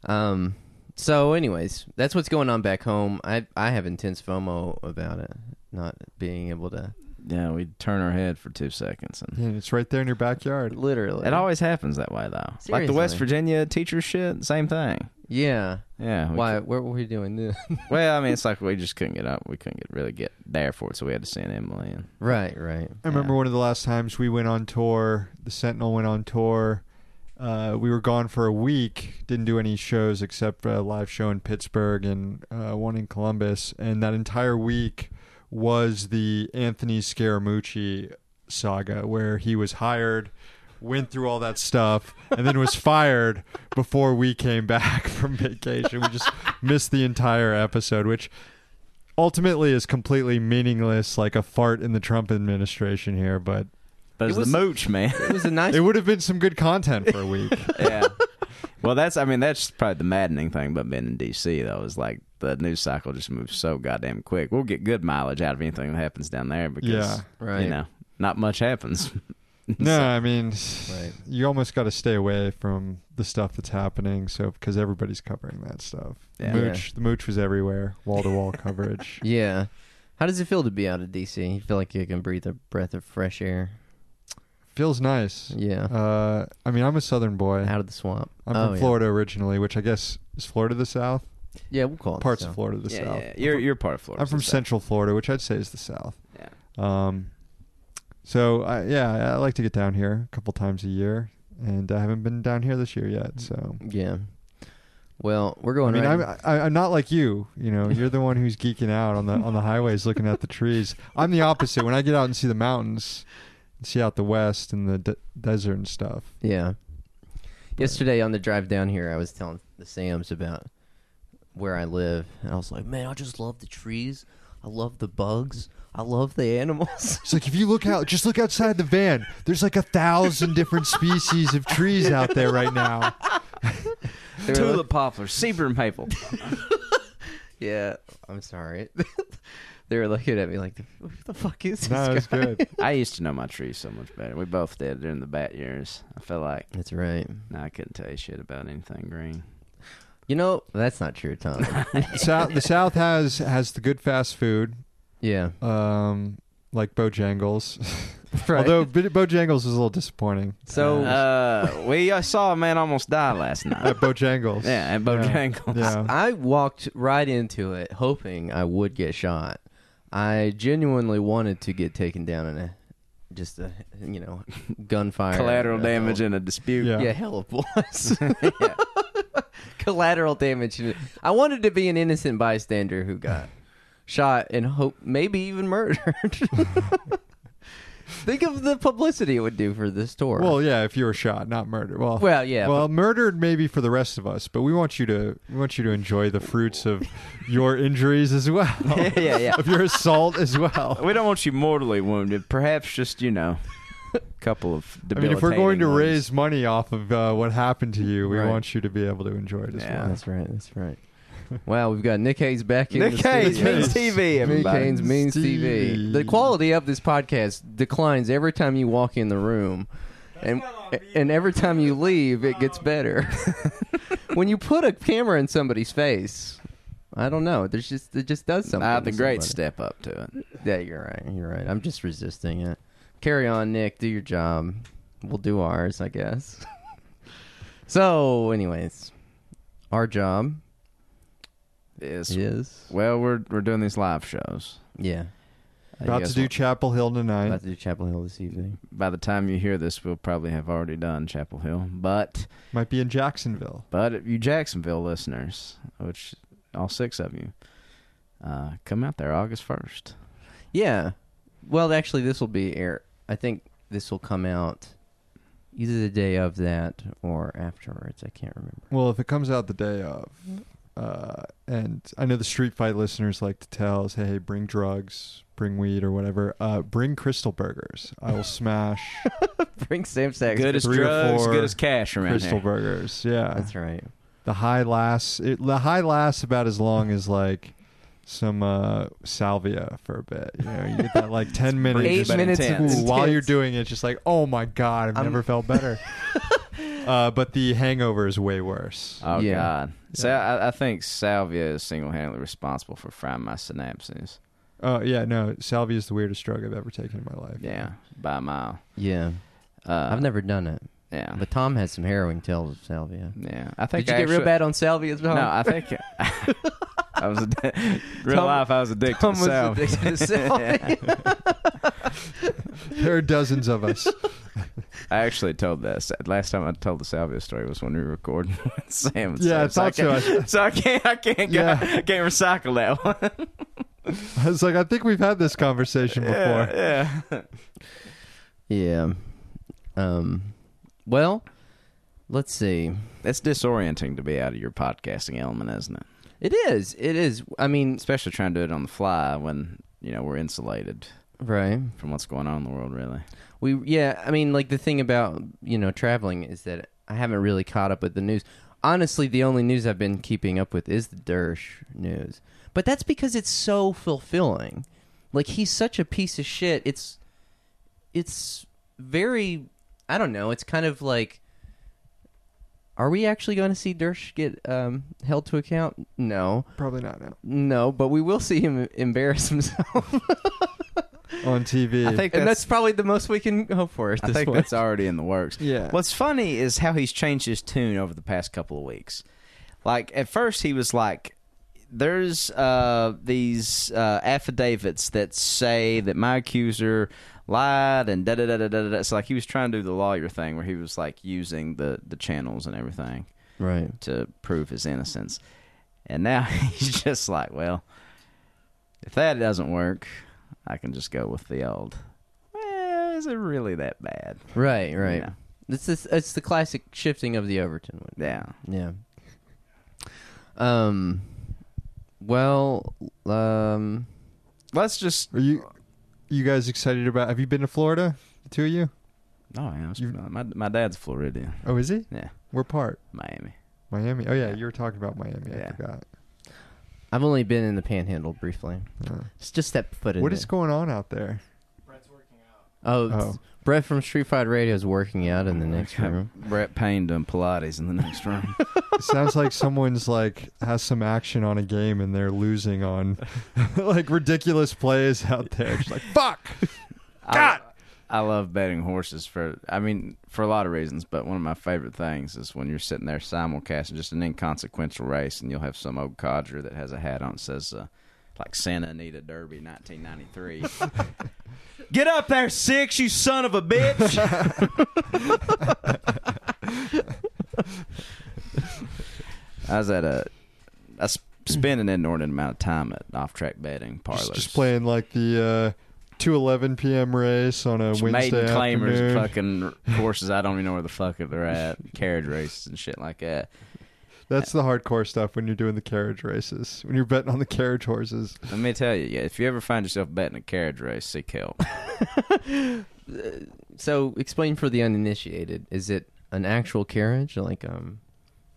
[SPEAKER 1] Um. So, anyways, that's what's going on back home. I I have intense FOMO about it, not being able to
[SPEAKER 3] yeah, we'd turn our head for two seconds, and
[SPEAKER 2] And it's right there in your backyard.
[SPEAKER 1] Literally.
[SPEAKER 3] it always happens that way, though. Like the West
[SPEAKER 1] Seriously.
[SPEAKER 3] Virginia teacher shit, same thing.
[SPEAKER 1] Yeah.
[SPEAKER 3] Yeah. Oh, we
[SPEAKER 1] Why? What were we doing this?
[SPEAKER 3] cou- well, I mean, it's like we just couldn't get up. We couldn't get really get there for it, so we had to send Emily in.
[SPEAKER 1] right. Right.
[SPEAKER 2] I remember one of the last times we went on tour, the Sentinel went on tour. Uh, we were gone for a week, didn't do any shows except a live show in Pittsburgh and uh, one in Columbus. And that entire week was the Anthony Scaramucci saga, where he was hired, went through all that stuff, and then was fired before we came back from vacation. We just missed the entire episode, which ultimately is completely meaningless, like a fart in the Trump administration here, but
[SPEAKER 3] But it's
[SPEAKER 1] was-
[SPEAKER 3] the mooch, man.
[SPEAKER 1] It was a nice.
[SPEAKER 2] it would have been some good content for a week.
[SPEAKER 3] yeah. Well, that's I mean that's probably the maddening thing about being in DC though is like the news cycle just moves so goddamn quick. We'll get good mileage out of anything that happens down there because
[SPEAKER 2] Yeah.
[SPEAKER 1] right.
[SPEAKER 3] you know not much happens.
[SPEAKER 2] no, I mean,
[SPEAKER 1] Right.
[SPEAKER 2] you almost got to stay away from the stuff that's happening, so because everybody's covering that stuff.
[SPEAKER 3] Yeah.
[SPEAKER 2] Mooch, the mooch was everywhere, wall to wall coverage.
[SPEAKER 1] Yeah. How does it feel to be out of DC? You feel like you can breathe a breath of fresh air.
[SPEAKER 2] Feels nice.
[SPEAKER 1] Yeah.
[SPEAKER 2] Uh, I mean, I'm a Southern boy.
[SPEAKER 1] out of the swamp.
[SPEAKER 2] I'm
[SPEAKER 1] Oh,
[SPEAKER 2] from
[SPEAKER 1] yeah.
[SPEAKER 2] Florida originally, which I guess is Florida the South.
[SPEAKER 1] Yeah, we'll call it
[SPEAKER 2] Parts
[SPEAKER 1] so.
[SPEAKER 2] of Florida the
[SPEAKER 3] yeah,
[SPEAKER 2] South.
[SPEAKER 3] yeah, you're you're part of Florida.
[SPEAKER 2] I'm from
[SPEAKER 3] so-
[SPEAKER 2] Central Florida, which I'd say is the South.
[SPEAKER 3] Yeah.
[SPEAKER 2] Um, so I, yeah, I like to get down here a couple times a year, and I haven't been down here this year yet. So
[SPEAKER 1] Yeah. Well, we're Mm,
[SPEAKER 2] I
[SPEAKER 1] going.
[SPEAKER 2] mean,
[SPEAKER 1] right
[SPEAKER 2] I'm I, I'm not like you. You know, you're the one who's geeking out on the on the highways, looking at the trees. I'm the opposite. When I get out and see the mountains, and see out the west and the de- desert and stuff.
[SPEAKER 1] Yeah. Yesterday on the drive down here, I was telling the Sams about where I live, and I was like, "Man, I just love the trees. I love the bugs. I love the animals."
[SPEAKER 2] It's like if you look out, just look outside the van. There's like a thousand different species of trees out there right now.
[SPEAKER 1] They were
[SPEAKER 3] Tulip
[SPEAKER 1] like-
[SPEAKER 3] poplar, cedar maple.
[SPEAKER 1] yeah, I'm sorry. they were looking at me like, "What the fuck is this
[SPEAKER 2] No,
[SPEAKER 1] guy?"
[SPEAKER 2] it's good.
[SPEAKER 3] I used to know my trees so much better. We both did during the bat years. I felt like
[SPEAKER 1] That's right.
[SPEAKER 3] no, I couldn't tell you shit about anything green.
[SPEAKER 1] You know, that's not true, Tom.
[SPEAKER 2] South, the South has has the good fast food,
[SPEAKER 1] yeah.
[SPEAKER 2] um, like Bojangles.
[SPEAKER 1] Right.
[SPEAKER 2] Although Bo- Bojangles is a little disappointing.
[SPEAKER 1] so
[SPEAKER 3] uh, we I saw a man almost die last
[SPEAKER 2] At
[SPEAKER 3] night.
[SPEAKER 2] Bojangles.
[SPEAKER 3] yeah, at Bojangles.
[SPEAKER 2] Yeah.
[SPEAKER 1] I walked right into it hoping I would get shot. I genuinely wanted to get taken down in a just a you know gunfire
[SPEAKER 3] Collateral
[SPEAKER 1] Uh,
[SPEAKER 3] damage in a dispute.
[SPEAKER 2] Yeah.
[SPEAKER 1] Yeah, hell it was. Collateral damage. I wanted to be an innocent bystander who got shot and hope maybe even murdered. Think of the publicity it would do for this tour.
[SPEAKER 2] Well, yeah, if you were shot, not murdered. Well,
[SPEAKER 1] Well, yeah,
[SPEAKER 2] Well, murdered maybe for the rest of us, but we want you to we want you to enjoy the fruits of your injuries as well.
[SPEAKER 3] yeah, yeah.
[SPEAKER 2] Of your assault as well.
[SPEAKER 3] We don't want you mortally wounded. Perhaps just you know, a couple of.
[SPEAKER 2] I mean, if we're going to
[SPEAKER 3] debilitating ones.
[SPEAKER 2] raise money off of uh, what happened to you, we
[SPEAKER 1] Right.
[SPEAKER 2] want you to be able to enjoy it as
[SPEAKER 3] Yeah.
[SPEAKER 2] well.
[SPEAKER 1] that's right. That's right. Wow, we've got Nick Hayes back in
[SPEAKER 3] Nick
[SPEAKER 1] the
[SPEAKER 3] Hayes,
[SPEAKER 1] studio.
[SPEAKER 2] Means
[SPEAKER 3] TV, everybody.
[SPEAKER 1] Nick Hayes means TV. The
[SPEAKER 2] Steve.
[SPEAKER 1] quality of this podcast declines every time you walk in the room, and and every time you leave, it gets better. when you put a camera in somebody's face, I don't know. There's just it just does something.
[SPEAKER 3] Ah,
[SPEAKER 1] to
[SPEAKER 3] the great
[SPEAKER 1] somebody.
[SPEAKER 3] step up to it.
[SPEAKER 1] Yeah, you're right. You're right. I'm just resisting it. Carry on, Nick. Do your job. We'll do ours, I guess. so, anyways, our job
[SPEAKER 3] Yes.
[SPEAKER 1] is
[SPEAKER 3] Well, we're we're doing these live shows.
[SPEAKER 1] yeah. Uh,
[SPEAKER 3] I
[SPEAKER 2] About
[SPEAKER 3] guess
[SPEAKER 2] to do Chapel Hill tonight.
[SPEAKER 1] About to do Chapel Hill this evening.
[SPEAKER 3] By the time you hear this, we'll probably have already done Chapel Hill, but
[SPEAKER 2] Might be in Jacksonville.
[SPEAKER 3] but if you Jacksonville listeners, which all six of you, uh, come out there August first.
[SPEAKER 1] Yeah. Well, actually, this will be air. I think this will come out either the day of that or afterwards. I can't remember.
[SPEAKER 2] Well, if it comes out the day of, uh, and I know the Street Fight listeners like to tell us, hey, bring drugs, bring weed or whatever. Uh, bring Crystal Burgers. I will smash
[SPEAKER 1] Bring Sam Sachs.
[SPEAKER 3] Good as
[SPEAKER 2] three or
[SPEAKER 3] drugs,
[SPEAKER 2] four
[SPEAKER 3] good as cash around
[SPEAKER 2] Crystal
[SPEAKER 3] here.
[SPEAKER 2] Burgers. Yeah,
[SPEAKER 1] That's right.
[SPEAKER 2] the high lasts. It, the high lasts about as long as like some uh, salvia for a bit. You know, you get that like ten minutes.
[SPEAKER 1] Eight
[SPEAKER 2] just-
[SPEAKER 3] but
[SPEAKER 1] minutes
[SPEAKER 2] Ooh,
[SPEAKER 3] intense.
[SPEAKER 1] of
[SPEAKER 2] while you're
[SPEAKER 1] intense-
[SPEAKER 2] doing it, it's just like, oh my god, I've
[SPEAKER 1] I'm-
[SPEAKER 2] never felt better. uh, but the hangover is way worse.
[SPEAKER 3] Oh
[SPEAKER 1] Yeah.
[SPEAKER 3] God! So I, I think Salvia is single-handedly responsible for frying my synapses.
[SPEAKER 2] Oh yeah, no, salvia is the weirdest drug I've ever taken in my life.
[SPEAKER 3] Yeah, by a mile.
[SPEAKER 1] Yeah,
[SPEAKER 3] Uh,
[SPEAKER 1] I've never done it,
[SPEAKER 3] Yeah,
[SPEAKER 1] but Tom has some harrowing tales of salvia.
[SPEAKER 3] yeah. I think
[SPEAKER 1] Did you
[SPEAKER 3] I
[SPEAKER 1] get real
[SPEAKER 3] actually-
[SPEAKER 1] bad on salvia as well?
[SPEAKER 3] No, I think I was addi- real
[SPEAKER 1] Tom-
[SPEAKER 3] life. I was addicted
[SPEAKER 1] Tom
[SPEAKER 3] to
[SPEAKER 1] was
[SPEAKER 3] salve.
[SPEAKER 1] addicted to salvia.
[SPEAKER 2] There are dozens of us.
[SPEAKER 3] I actually told this last time. I told the salvia story was when we were recording with Sam. And
[SPEAKER 2] Yeah, I
[SPEAKER 3] Sam,
[SPEAKER 2] thought so.
[SPEAKER 3] I can't, so I can't. I can't. Go,
[SPEAKER 2] Yeah.
[SPEAKER 3] I can't recycle that one.
[SPEAKER 2] I was like, I think we've had this conversation before.
[SPEAKER 3] Yeah, yeah.
[SPEAKER 1] yeah. Um. Well, let's see.
[SPEAKER 3] It's disorienting to be out of your podcasting element, isn't it?
[SPEAKER 1] It is. It is. I mean,
[SPEAKER 3] Especially trying to do it on the fly when you know we're insulated
[SPEAKER 1] right.
[SPEAKER 3] from what's going on in the world. Really.
[SPEAKER 1] We yeah, I mean like the thing about, you know, traveling is that I haven't really caught up with the news. Honestly, the only news I've been keeping up with is the Dersh news. But that's because it's so fulfilling. Like he's such a piece of shit. It's it's very I don't know, it's kind of like are we actually going to see Dersh get um, held to account? No,
[SPEAKER 2] Probably not now
[SPEAKER 1] no, but we will see him embarrass himself,
[SPEAKER 2] on TV.
[SPEAKER 3] I think
[SPEAKER 1] and that's probably the most we can hope for. At
[SPEAKER 3] I
[SPEAKER 1] this
[SPEAKER 3] think
[SPEAKER 1] point.
[SPEAKER 3] that's already in the works.
[SPEAKER 2] Yeah.
[SPEAKER 3] What's funny is how he's changed his tune over the past couple of weeks. Like at first he was like there's uh these uh affidavits that say that my accuser lied and da da da da da da, da. So like he was trying to do the lawyer thing where he was like using the the channels and everything
[SPEAKER 1] right.
[SPEAKER 3] to prove his innocence. And now he's just like, well, if that doesn't work, I can just go with the old. Well, is it really that bad?
[SPEAKER 1] Right, right.
[SPEAKER 3] Yeah.
[SPEAKER 1] It's this, it's the classic shifting of the Overton one.
[SPEAKER 3] Yeah.
[SPEAKER 1] Yeah. Um. Well, um.
[SPEAKER 3] Let's just.
[SPEAKER 2] are you you guys excited about? Have you been to Florida? The two of you?
[SPEAKER 3] Oh, yeah.
[SPEAKER 2] You-
[SPEAKER 3] my, my dad's Floridian.
[SPEAKER 2] Oh, is he?
[SPEAKER 3] Yeah.
[SPEAKER 2] We're part
[SPEAKER 3] Miami.
[SPEAKER 2] Miami. Oh yeah,
[SPEAKER 3] Yeah.
[SPEAKER 2] you were talking about Miami. I
[SPEAKER 3] Yeah.
[SPEAKER 2] forgot.
[SPEAKER 1] I've only been in the Panhandle briefly.
[SPEAKER 2] Uh,
[SPEAKER 1] It's just step foot in.
[SPEAKER 2] what
[SPEAKER 1] it.
[SPEAKER 2] is going on out there?
[SPEAKER 4] Brett's working out.
[SPEAKER 1] Oh,
[SPEAKER 2] Oh.
[SPEAKER 1] it's- Brett from Street Fighter Radio is working out in the next
[SPEAKER 3] Okay.
[SPEAKER 1] room.
[SPEAKER 3] Brett Payne doing Pilates in the next room.
[SPEAKER 2] It sounds like someone's like has some action on a game and they're losing on like ridiculous plays out there. Just like fuck.
[SPEAKER 3] God! I, love betting horses for, I mean, for a lot of reasons, but one of my favorite things is when you're sitting there simulcasting just an inconsequential race and you'll have some old codger that has a hat on that says, uh, like Santa Anita Derby 1993. Get up there, six, you son of a bitch! I was at a, I sp- spent an inordinate amount of time at off track betting parlors.
[SPEAKER 2] Just, just playing like the uh, two eleven p.m. race on a
[SPEAKER 3] Just
[SPEAKER 2] Wednesday
[SPEAKER 3] maiden claimers,
[SPEAKER 2] afternoon.
[SPEAKER 3] fucking horses. I don't even know where the fuck they're at. Carriage races and shit like that.
[SPEAKER 2] That's the hardcore stuff when you're doing the carriage races. When you're betting on the carriage horses.
[SPEAKER 3] Let me tell you, yeah, if you ever find yourself betting a carriage race, seek help.
[SPEAKER 1] So, explain for the uninitiated: is it an actual carriage, like um,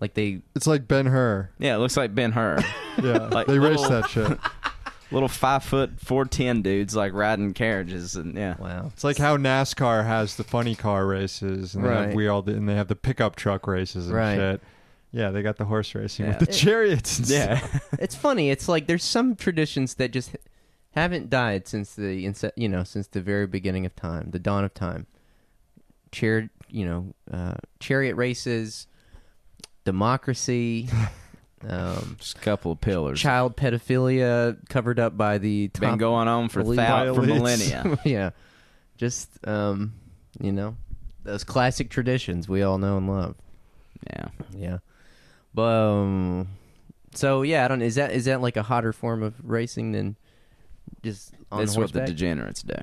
[SPEAKER 1] like they?
[SPEAKER 2] It's like Ben Hur.
[SPEAKER 3] Yeah, it looks like Ben Hur.
[SPEAKER 2] Yeah,
[SPEAKER 3] Like
[SPEAKER 2] they race
[SPEAKER 3] little-
[SPEAKER 2] that shit.
[SPEAKER 3] Little five foot four ten dudes like riding carriages and yeah.
[SPEAKER 1] Wow.
[SPEAKER 2] It's like how NASCAR has the funny car races, and they have
[SPEAKER 1] Right.
[SPEAKER 2] we all and they have the pickup truck races and
[SPEAKER 1] Right.
[SPEAKER 2] shit. Yeah, they got the horse racing
[SPEAKER 3] Yeah.
[SPEAKER 2] with the chariots. And stuff.
[SPEAKER 3] Yeah.
[SPEAKER 1] it's funny. It's like there's some traditions that just haven't died since the ince- you know since the very beginning of time, the dawn of time. Char- you know, uh, chariot races, democracy, um,
[SPEAKER 3] Just a couple of pillars.
[SPEAKER 1] child pedophilia covered up by the top,
[SPEAKER 3] Been going on for
[SPEAKER 1] Elite
[SPEAKER 3] thou- for
[SPEAKER 2] violence.
[SPEAKER 3] millennia.
[SPEAKER 1] yeah, just um, you know those classic traditions we all know and love.
[SPEAKER 3] Yeah.
[SPEAKER 1] Yeah. But um, so yeah, I don't. Is that is that like a hotter form of racing than just on
[SPEAKER 3] That's what the
[SPEAKER 1] horseback?
[SPEAKER 3] degenerates do.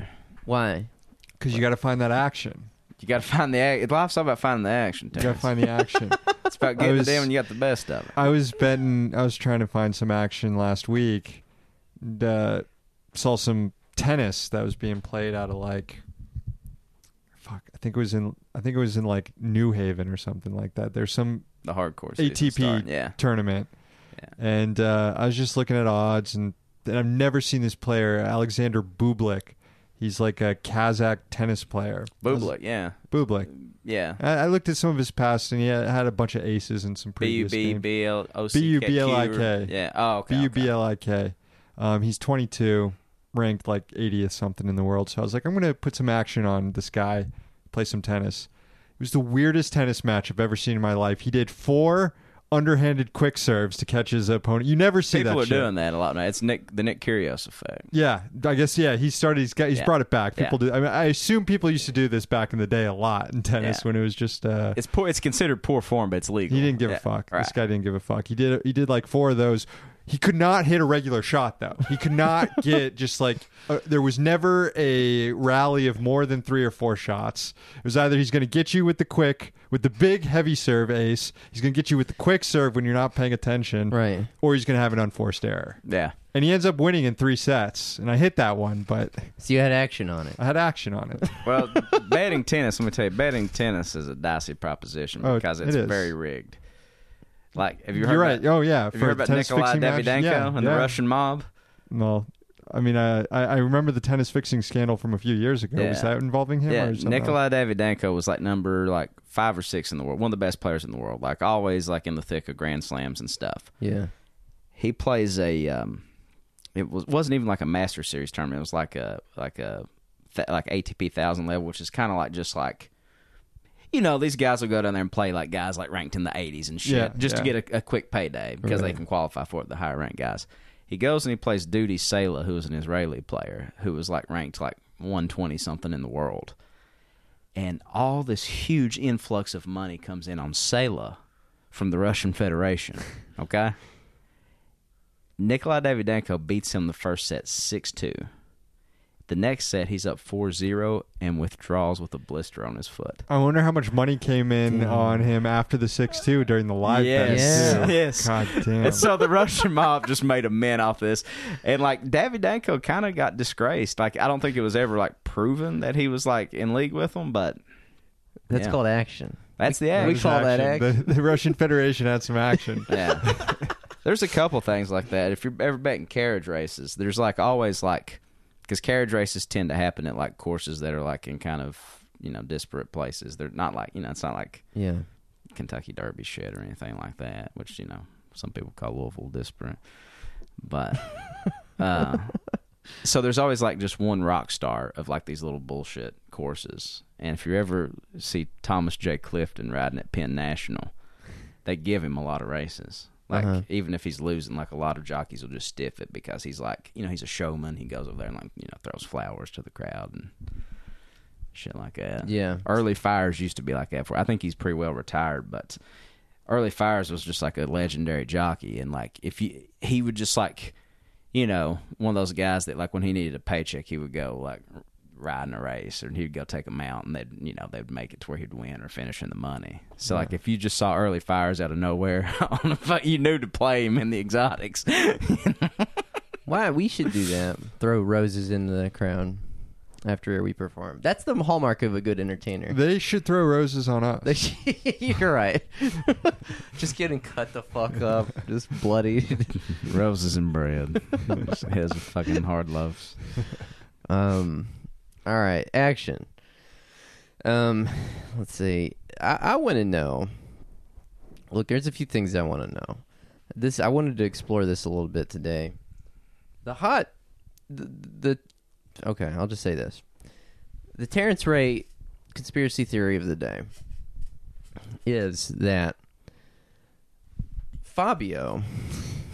[SPEAKER 1] Why?
[SPEAKER 2] because you got to find that action.
[SPEAKER 3] You gotta find the ac Life's all about finding the action.
[SPEAKER 2] You got
[SPEAKER 3] Terrence.
[SPEAKER 2] to find the action.
[SPEAKER 3] it's about
[SPEAKER 2] I
[SPEAKER 3] getting
[SPEAKER 2] was-
[SPEAKER 3] it in when you got the best of it.
[SPEAKER 2] I was betting. I was trying to find some action last week. And, uh, saw some tennis that was being played out of like, fuck. I think it was in. I think it was in like New Haven or something like that. There's some
[SPEAKER 3] The hardcore season
[SPEAKER 2] ATP.
[SPEAKER 3] start. Yeah.
[SPEAKER 2] tournament,
[SPEAKER 3] Yeah.
[SPEAKER 2] and uh, I was just looking at odds, and, and I've never seen this player, Alexander Bublik. He's like a Kazakh tennis player.
[SPEAKER 3] Bublik, yeah.
[SPEAKER 2] Bublik.
[SPEAKER 3] Yeah.
[SPEAKER 2] I, I looked at some of his past, and he had, had a bunch of aces and some
[SPEAKER 3] B U
[SPEAKER 2] previous
[SPEAKER 3] B
[SPEAKER 2] games.
[SPEAKER 3] B L O C K Q.
[SPEAKER 2] B-U-B-L-I-K.
[SPEAKER 3] Yeah. Oh, okay.
[SPEAKER 2] B U B L I K. Um, he's 22. ranked like 80th something in the world. So I was like, I'm going to put some action on this guy, play some tennis. It was the weirdest tennis match I've ever seen in my life. He did four underhanded quick serves to catch his opponent. You never see
[SPEAKER 3] People
[SPEAKER 2] that
[SPEAKER 3] are
[SPEAKER 2] shit.
[SPEAKER 3] doing that a lot now. It's Nick, the Nick Curios effect.
[SPEAKER 2] Yeah, I guess yeah. He started. He's got. He's
[SPEAKER 3] Yeah.
[SPEAKER 2] brought it back. People
[SPEAKER 3] Yeah.
[SPEAKER 2] do. I mean, I assume people used to do this back in the day a lot in tennis
[SPEAKER 3] Yeah.
[SPEAKER 2] when it was just. Uh,
[SPEAKER 3] It's poor. It's considered poor form, but it's legal.
[SPEAKER 2] he didn't give
[SPEAKER 3] Yeah,
[SPEAKER 2] a fuck.
[SPEAKER 3] Right.
[SPEAKER 2] This guy didn't give a fuck. He did. He did like four of those. He could not hit a regular shot though. He could not get just like uh, there was never a rally of more than three or four shots. It was either he's going to get you with the quick, with the big heavy serve ace. He's going to get you with the quick serve when you're not paying attention,
[SPEAKER 1] Right.
[SPEAKER 2] Or he's going to have an unforced error,
[SPEAKER 3] Yeah.
[SPEAKER 2] and he ends up winning in three sets. And I hit that one, but.
[SPEAKER 1] So you had action on it.
[SPEAKER 2] I had action on it.
[SPEAKER 3] Well, betting tennis. Let me tell you, betting tennis is a dicey proposition
[SPEAKER 2] Oh,
[SPEAKER 3] because
[SPEAKER 2] it
[SPEAKER 3] it's
[SPEAKER 2] is.
[SPEAKER 3] very rigged. Like, have you heard?
[SPEAKER 2] You're right.
[SPEAKER 3] about,
[SPEAKER 2] oh yeah.
[SPEAKER 3] Have you heard about
[SPEAKER 2] tennis
[SPEAKER 3] Nikolai
[SPEAKER 2] fixing match-
[SPEAKER 3] Davydenko
[SPEAKER 2] yeah,
[SPEAKER 3] and
[SPEAKER 2] yeah.
[SPEAKER 3] the Russian mob?
[SPEAKER 2] Well, I mean, I I I remember the tennis fixing scandal from a few years ago. Was
[SPEAKER 3] Yeah.
[SPEAKER 2] that involving him?
[SPEAKER 3] Yeah,
[SPEAKER 2] or something else?
[SPEAKER 3] Nikolai Davydenko was like number like five or six in the world, one of the best players in the world. Like always, like in the thick of grand slams and stuff.
[SPEAKER 1] Yeah.
[SPEAKER 3] He plays a. Um, it was wasn't even like a Master Series tournament. It was like a like a th- like ATP thousand level, which is kind of like just like. You know, these guys will go down there and play like guys like ranked in the 80s and shit
[SPEAKER 2] Yeah,
[SPEAKER 3] just to
[SPEAKER 2] yeah.
[SPEAKER 3] get a, a quick payday because they can qualify for it, the higher ranked guys. He goes and he plays Duty Sela, who was an Israeli player who was like ranked like 120 something in the world and all this huge influx of money comes in on Sela from the Russian Federation. Okay, Nikolai Davydenko beats him the first set six two. The next set, he's up 4-0 and withdraws with a blister on his foot.
[SPEAKER 2] I wonder how much money came in on him after the six two during the live.
[SPEAKER 3] Yes.
[SPEAKER 2] bet, too.
[SPEAKER 3] Yes.
[SPEAKER 2] God damn.
[SPEAKER 3] And so the Russian mob just made a mint off this. And like Davydenko kind of got disgraced. Like I don't think it was ever like proven that he was like in league with them, but
[SPEAKER 1] That's
[SPEAKER 3] Yeah.
[SPEAKER 1] called action.
[SPEAKER 3] that's the
[SPEAKER 2] That
[SPEAKER 3] act.
[SPEAKER 1] we
[SPEAKER 2] was
[SPEAKER 1] call that
[SPEAKER 2] The, the Russian Federation had some action.
[SPEAKER 3] Yeah. there's a couple things like that. If you're ever betting carriage races, there's like always like because carriage races tend to happen at like courses that are like in kind of you know disparate places. They're not like you know it's not like
[SPEAKER 1] Yeah.
[SPEAKER 3] Kentucky Derby shit or anything like that, which you know some people call Louisville disparate. But uh, so there's always like just one rock star of like these little bullshit courses. And if you ever see Thomas J. Clifton riding at Penn National, they give him a lot of races. Like
[SPEAKER 1] Uh-huh.
[SPEAKER 3] even if he's losing, like a lot of jockeys will just stiff it because he's like, you know, he's a showman. He goes over there and like, you know, throws flowers to the crowd and shit like that
[SPEAKER 1] Yeah.
[SPEAKER 3] early fires used to be like that for i think he's pretty well retired but early fires was just like a legendary jockey and like if you he would just like you know one of those guys that like when he needed a paycheck he would go like riding a race or he'd go take a mount and they'd you know they'd make it to where he'd win or finish in the money so like if you just saw early fires out of nowhere on a fu- you knew to play him in the exotics
[SPEAKER 1] Why we should do that? Throw roses into the crowd after we perform. That's the hallmark of a good entertainer.
[SPEAKER 2] They should throw roses on us.
[SPEAKER 1] They sh- You're right. Just getting cut the fuck up, just bloody.
[SPEAKER 3] roses and bread his fucking hard loves
[SPEAKER 1] Um, all right, action. Um, let's see. I, I want to know. Look, there's a few things I want to know. This I wanted to explore this a little bit today. The hot, the, the okay, I'll just say this: the Terrence Ray conspiracy theory of the day is that Fabio.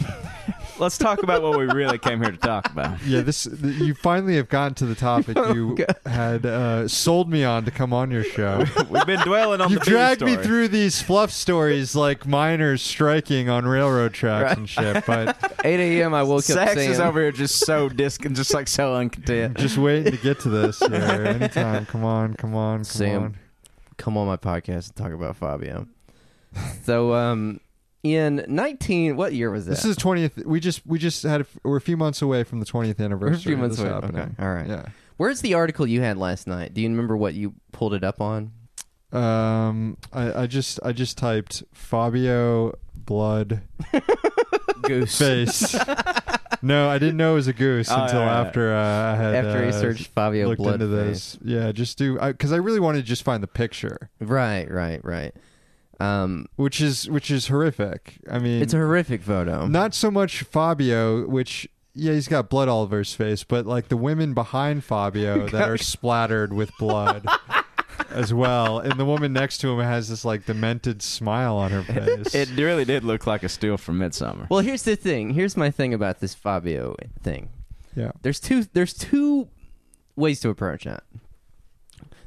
[SPEAKER 3] let's talk about what we really came here to talk about
[SPEAKER 2] yeah, this th- you finally have gotten to the topic
[SPEAKER 1] Oh,
[SPEAKER 2] you had uh, sold me on to come on your show.
[SPEAKER 3] We've been dwelling on
[SPEAKER 2] You
[SPEAKER 3] the bee
[SPEAKER 2] dragged me
[SPEAKER 3] story.
[SPEAKER 2] through these fluff stories like miners striking on railroad tracks and shit, but
[SPEAKER 1] 8 a.m. I woke up
[SPEAKER 3] Sax
[SPEAKER 1] saying,
[SPEAKER 3] is over here just so disc and just like so uncontent.
[SPEAKER 2] just waiting to get to this. Yeah, anytime. Come on, come on, come
[SPEAKER 1] Sam.
[SPEAKER 2] on.
[SPEAKER 1] come on my podcast and talk about Fabio. so, um, in 19, what year was that?
[SPEAKER 2] This is twentieth. We just we just had a, f- we're a few months away from the twentieth anniversary. of
[SPEAKER 1] months
[SPEAKER 2] this
[SPEAKER 1] away,
[SPEAKER 2] happening.
[SPEAKER 1] okay, all right.
[SPEAKER 2] Yeah.
[SPEAKER 1] Where's the article you had last night? Do you remember what you pulled it up on?
[SPEAKER 2] Um, I, I just I just typed Fabio blood
[SPEAKER 3] Goose.
[SPEAKER 2] face. no, I didn't know it was a goose
[SPEAKER 3] Oh,
[SPEAKER 2] until
[SPEAKER 3] yeah, yeah.
[SPEAKER 2] after uh, I had
[SPEAKER 1] After he
[SPEAKER 2] uh,
[SPEAKER 1] searched Fabio
[SPEAKER 2] looked
[SPEAKER 1] Bloodface.
[SPEAKER 2] into this. Yeah, just do because I, really wanted to just find the picture,
[SPEAKER 1] Right, right, right. Um,
[SPEAKER 2] which is which is horrific. I mean,
[SPEAKER 1] it's a horrific photo.
[SPEAKER 2] Not so much Fabio, which yeah, he's got blood all over his face, but like the women behind Fabio that are splattered with blood as well, and the woman next to him has this like demented smile on her face.
[SPEAKER 3] It really did look like a steal from Midsummer.
[SPEAKER 1] Well, here's the thing. Here's my thing about this Fabio thing.
[SPEAKER 2] yeah,
[SPEAKER 1] There's two. There's two ways to approach that.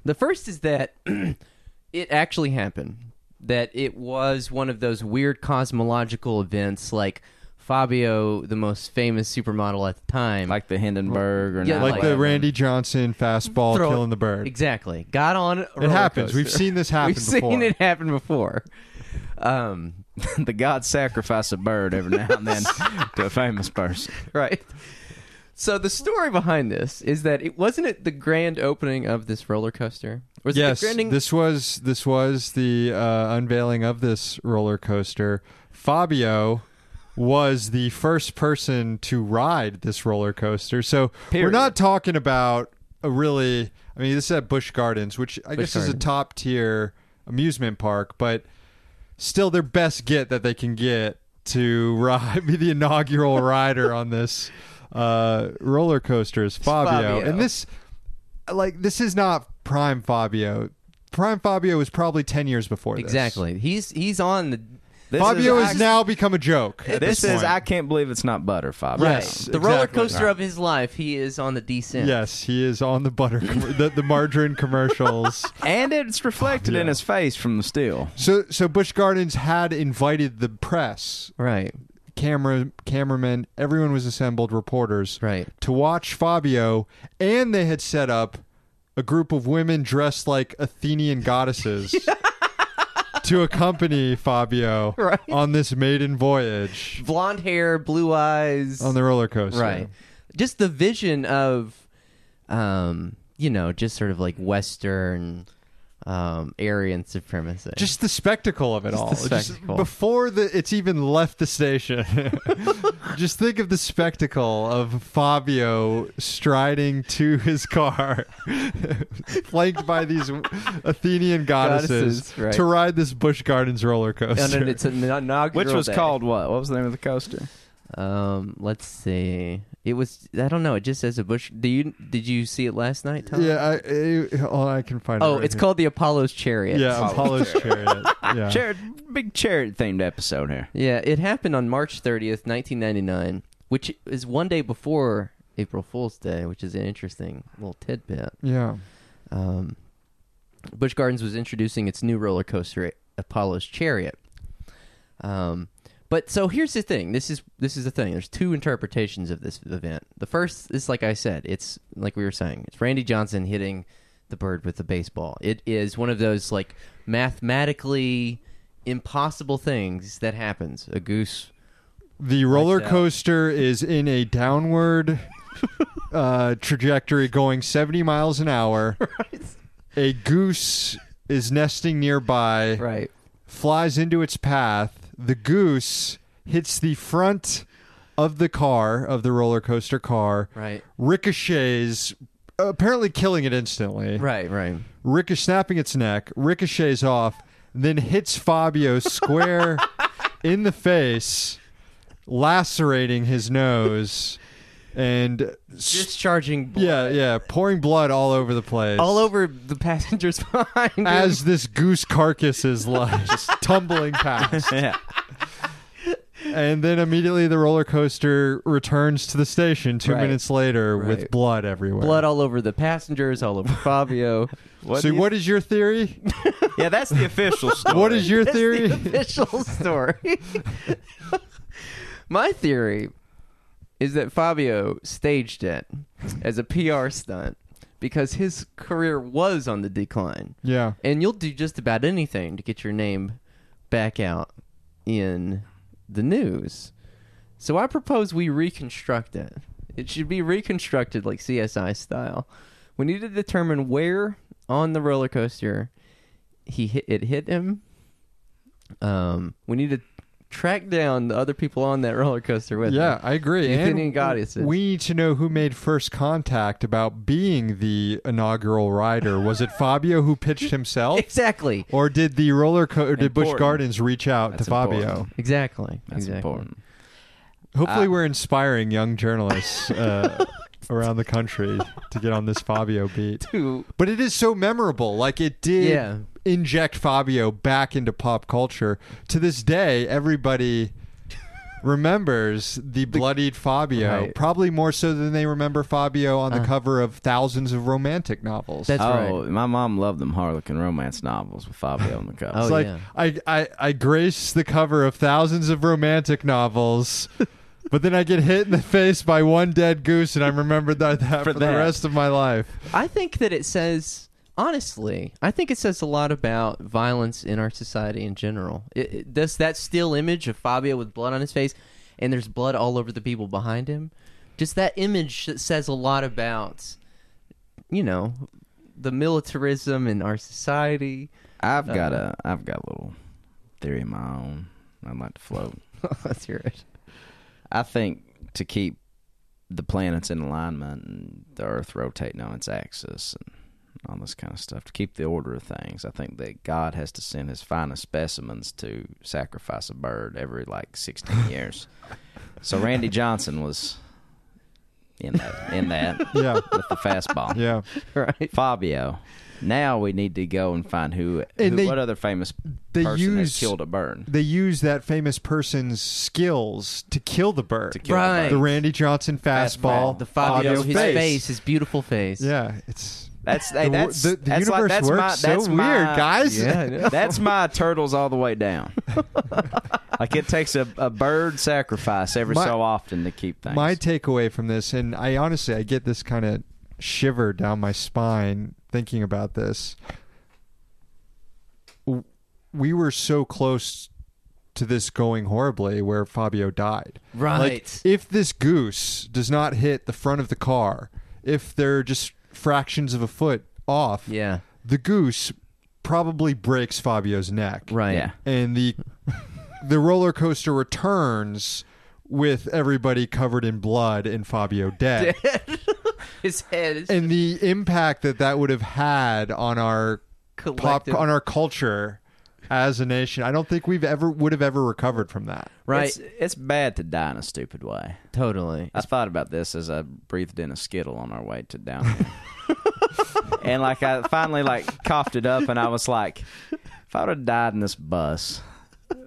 [SPEAKER 1] The first is that it actually happened. That it was one of those weird cosmological events, like Fabio, the most famous supermodel at the time,
[SPEAKER 3] like the Hindenburg or
[SPEAKER 1] Yeah,
[SPEAKER 3] not
[SPEAKER 2] like,
[SPEAKER 1] like
[SPEAKER 2] the
[SPEAKER 1] that.
[SPEAKER 2] Randy Johnson fastball
[SPEAKER 1] Throw-
[SPEAKER 2] killing the bird.
[SPEAKER 1] Exactly. Got on. a
[SPEAKER 2] It
[SPEAKER 1] roller
[SPEAKER 2] happens. We've
[SPEAKER 1] coaster.
[SPEAKER 2] seen this happen
[SPEAKER 1] We've
[SPEAKER 2] before.
[SPEAKER 1] seen it happen before. Um,
[SPEAKER 3] the gods sacrifice a bird every now and then to a famous person.
[SPEAKER 1] right. So the story behind this is that it wasn't it the grand opening of this roller coaster. Was
[SPEAKER 2] yes,
[SPEAKER 1] it the granding?
[SPEAKER 2] this was this was the uh, unveiling of this roller coaster. Fabio was the first person to ride this roller coaster, so we're
[SPEAKER 3] Period.
[SPEAKER 2] not talking about a really. I mean, this is at Busch Gardens, which I guess is a
[SPEAKER 1] Gardens.
[SPEAKER 2] top tier amusement park, but still their best get that they can get to ride be the inaugural rider on this uh, roller coaster is Fabio.
[SPEAKER 1] Fabio.
[SPEAKER 2] and this like this is not prime Fabio. Prime Fabio was probably ten years before this.
[SPEAKER 1] exactly. He's he's on the
[SPEAKER 3] This
[SPEAKER 2] Fabio
[SPEAKER 3] is,
[SPEAKER 2] has now become a joke. at
[SPEAKER 3] This, is
[SPEAKER 2] point.
[SPEAKER 3] I can't believe it's not butter, Fabio.
[SPEAKER 2] Yes,
[SPEAKER 1] the roller
[SPEAKER 2] exactly.
[SPEAKER 1] coaster of his life. He is on the descent.
[SPEAKER 2] Yes, he is on the butter, com- the, the margarine commercials.
[SPEAKER 3] And it's reflected in his face from the steel.
[SPEAKER 2] So, so Bush Gardens had invited the press,
[SPEAKER 1] Right.
[SPEAKER 2] camera, cameramen, everyone was assembled, reporters,
[SPEAKER 1] Right.
[SPEAKER 2] to watch Fabio, and they had set up a group of women dressed like Athenian goddesses to accompany Fabio
[SPEAKER 1] Right.
[SPEAKER 2] on this maiden voyage
[SPEAKER 1] Blonde hair, blue eyes.
[SPEAKER 2] on the roller coaster.
[SPEAKER 1] right. Just the vision of, um, you know, just sort of like Western, um, Aryan supremacy.
[SPEAKER 2] Just the spectacle of it all.
[SPEAKER 1] the
[SPEAKER 2] Just
[SPEAKER 1] spectacle.
[SPEAKER 2] before the it's even left the station. just think of the spectacle of Fabio striding to his car, flanked by these Athenian goddesses,
[SPEAKER 1] Goddesses, right.
[SPEAKER 2] to ride this Bush Gardens roller coaster.
[SPEAKER 1] and it's an inaugural
[SPEAKER 3] Which was
[SPEAKER 1] day.
[SPEAKER 3] called what? What was the name of the coaster?
[SPEAKER 2] Uh,
[SPEAKER 1] Um, let's see. It was I don't know. It just says a bush. Do you did you see it last night, Tom?
[SPEAKER 2] Yeah, I, eh, hold on, I can find. it
[SPEAKER 1] Oh,
[SPEAKER 2] right
[SPEAKER 1] it's
[SPEAKER 2] here.
[SPEAKER 1] called the Apollo's Chariot.
[SPEAKER 2] Yeah, Apollo's chariot. Yeah.
[SPEAKER 3] Chariot, big chariot themed episode here.
[SPEAKER 1] Yeah, it happened on March thirtieth, nineteen ninety nine, which is one day before April Fool's Day, which is an interesting little tidbit.
[SPEAKER 2] Yeah.
[SPEAKER 1] Um, Busch Gardens was introducing its new roller coaster, Apollo's Chariot. Um, but so here's the thing. This is this is the thing. There's two interpretations of this event. The first is like I said, it's like we were saying, it's Randy Johnson hitting the bird with the baseball. It is one of those like mathematically impossible things that happens. A goose
[SPEAKER 2] The roller
[SPEAKER 1] out.
[SPEAKER 2] coaster is in a downward uh, trajectory going 70 miles an hour. A goose is nesting nearby,
[SPEAKER 1] right
[SPEAKER 2] flies into its path. The goose hits the front of the car, of the roller coaster car,
[SPEAKER 1] right
[SPEAKER 2] ricochets, apparently killing it instantly.
[SPEAKER 1] right right
[SPEAKER 2] Ricochet snapping its neck, ricochets off, then hits Fabio square in the face, lacerating his nose, and s-
[SPEAKER 1] discharging blood
[SPEAKER 2] yeah, yeah, pouring blood all over the place.
[SPEAKER 1] all over the passengers behind him.
[SPEAKER 2] as this goose carcass is like just tumbling past,
[SPEAKER 3] Yeah.
[SPEAKER 2] and then immediately the roller coaster returns to the station two
[SPEAKER 1] Right.
[SPEAKER 2] minutes later
[SPEAKER 1] Right.
[SPEAKER 2] with blood everywhere.
[SPEAKER 1] blood all over the passengers, all over Fabio.
[SPEAKER 3] What
[SPEAKER 2] so,
[SPEAKER 3] do you-
[SPEAKER 2] what is your theory?
[SPEAKER 3] Yeah, that's the official story.
[SPEAKER 2] What is your
[SPEAKER 1] That's
[SPEAKER 2] theory?
[SPEAKER 1] the official story. My theory is that Fabio staged it as a PR stunt because his career was on the decline,
[SPEAKER 2] yeah.
[SPEAKER 1] and you'll do just about anything to get your name back out in the news. So I propose we reconstruct it. It should be reconstructed like CSI style. We need to determine where on the roller coaster he hit, it hit him. Um, we need to track down the other people on that roller coaster with
[SPEAKER 2] yeah,
[SPEAKER 1] him.
[SPEAKER 2] I agree.
[SPEAKER 1] The
[SPEAKER 2] And
[SPEAKER 1] Athenian goddesses.
[SPEAKER 2] We need to know who made first contact about being the inaugural rider. Was it Fabio who pitched
[SPEAKER 3] Oh.
[SPEAKER 2] himself,
[SPEAKER 1] Exactly.
[SPEAKER 2] or did the roller co- or did Bush
[SPEAKER 3] Important.
[SPEAKER 2] Gardens reach out
[SPEAKER 3] That's
[SPEAKER 2] to Fabio?
[SPEAKER 3] important.
[SPEAKER 1] Exactly.
[SPEAKER 3] That's
[SPEAKER 1] exactly.
[SPEAKER 3] important.
[SPEAKER 2] Hopefully,
[SPEAKER 1] Uh,
[SPEAKER 3] I-
[SPEAKER 2] we're inspiring young journalists uh, around the country to get on this Fabio beat.
[SPEAKER 1] Dude,
[SPEAKER 2] But it is so memorable. Like it did
[SPEAKER 1] Yeah.
[SPEAKER 2] inject Fabio back into pop culture. To this day, everybody remembers the bloodied Fabio,
[SPEAKER 1] Right.
[SPEAKER 2] probably more so than they remember Fabio on the
[SPEAKER 1] Uh.
[SPEAKER 2] cover of thousands of romantic novels.
[SPEAKER 1] That's
[SPEAKER 3] oh,
[SPEAKER 1] right.
[SPEAKER 3] my mom loved them Harlequin romance novels with Fabio on the cover.
[SPEAKER 1] Oh,
[SPEAKER 2] it's like
[SPEAKER 1] yeah.
[SPEAKER 2] I, I I grace the cover of thousands of romantic novels. But then I get hit in the face by one dead goose, and I'm remembered that, that
[SPEAKER 3] For
[SPEAKER 2] for,
[SPEAKER 3] that.
[SPEAKER 2] the rest of my life.
[SPEAKER 1] I think that it says honestly. I think it says a lot about violence in our society in general. It, it, does that still image of Fabio with blood on his face, and there's blood all over the people behind him? Just that image that says a lot about, you know, the militarism in our society.
[SPEAKER 3] I've got
[SPEAKER 1] Uh.
[SPEAKER 3] a I've got a little theory of my own. I'd like to float.
[SPEAKER 1] Let's hear it.
[SPEAKER 3] I think to keep the planets in alignment and the Earth rotating on its axis and all this kind of stuff, to keep the order of things, I think that God has to send his finest specimens to sacrifice a bird every like 16 years. So Randy Johnson was in that, in that
[SPEAKER 2] Yeah,
[SPEAKER 3] with the fastball.
[SPEAKER 2] yeah.
[SPEAKER 1] Right.
[SPEAKER 3] Fabio. Now we need to go and find who, who
[SPEAKER 2] And they-
[SPEAKER 3] what other famous
[SPEAKER 2] they
[SPEAKER 3] person has
[SPEAKER 2] use-
[SPEAKER 3] killed a bird.
[SPEAKER 2] They use that famous person's skills to kill the bird.
[SPEAKER 3] To kill
[SPEAKER 1] Right.
[SPEAKER 3] the
[SPEAKER 2] the
[SPEAKER 3] bird.
[SPEAKER 2] Randy Johnson fastball,
[SPEAKER 1] The Fabio,
[SPEAKER 2] Fabio's
[SPEAKER 1] his face. his beautiful face.
[SPEAKER 2] Yeah, it's
[SPEAKER 3] That's
[SPEAKER 2] the,
[SPEAKER 3] hey,
[SPEAKER 2] wor-
[SPEAKER 3] that's
[SPEAKER 2] the, the
[SPEAKER 3] that's
[SPEAKER 2] universe
[SPEAKER 3] like, that's
[SPEAKER 2] works
[SPEAKER 3] my, that's
[SPEAKER 2] so
[SPEAKER 3] my,
[SPEAKER 2] weird, guys.
[SPEAKER 1] Yeah, I know.
[SPEAKER 3] That's my turtles all the way down. like it takes a, a bird sacrifice every
[SPEAKER 2] My-
[SPEAKER 3] so often to keep things.
[SPEAKER 2] My takeaway from this, and I honestly, I get this kind of shiver down my spine thinking about this. W- We were so close to this going horribly where Fabio died.
[SPEAKER 1] Right.
[SPEAKER 2] Like, if this goose does not hit the front of the car, if they're just fractions of a foot off,
[SPEAKER 1] Yeah.
[SPEAKER 2] the goose probably breaks Fabio's neck.
[SPEAKER 1] Right.
[SPEAKER 3] Yeah.
[SPEAKER 2] And the the roller coaster returns with everybody covered in blood and Fabio dead.
[SPEAKER 1] His head is
[SPEAKER 2] And the impact that that would have had on our pop
[SPEAKER 1] collective.
[SPEAKER 2] on our culture as a nation. I don't think we've ever would have ever recovered from that.
[SPEAKER 1] right.
[SPEAKER 3] It's, it's bad to die in a stupid way.
[SPEAKER 1] totally.
[SPEAKER 3] I thought about this as I breathed in a skittle on our way to down. here. and like I finally like coughed it up, and I was like, if I would have died in this bus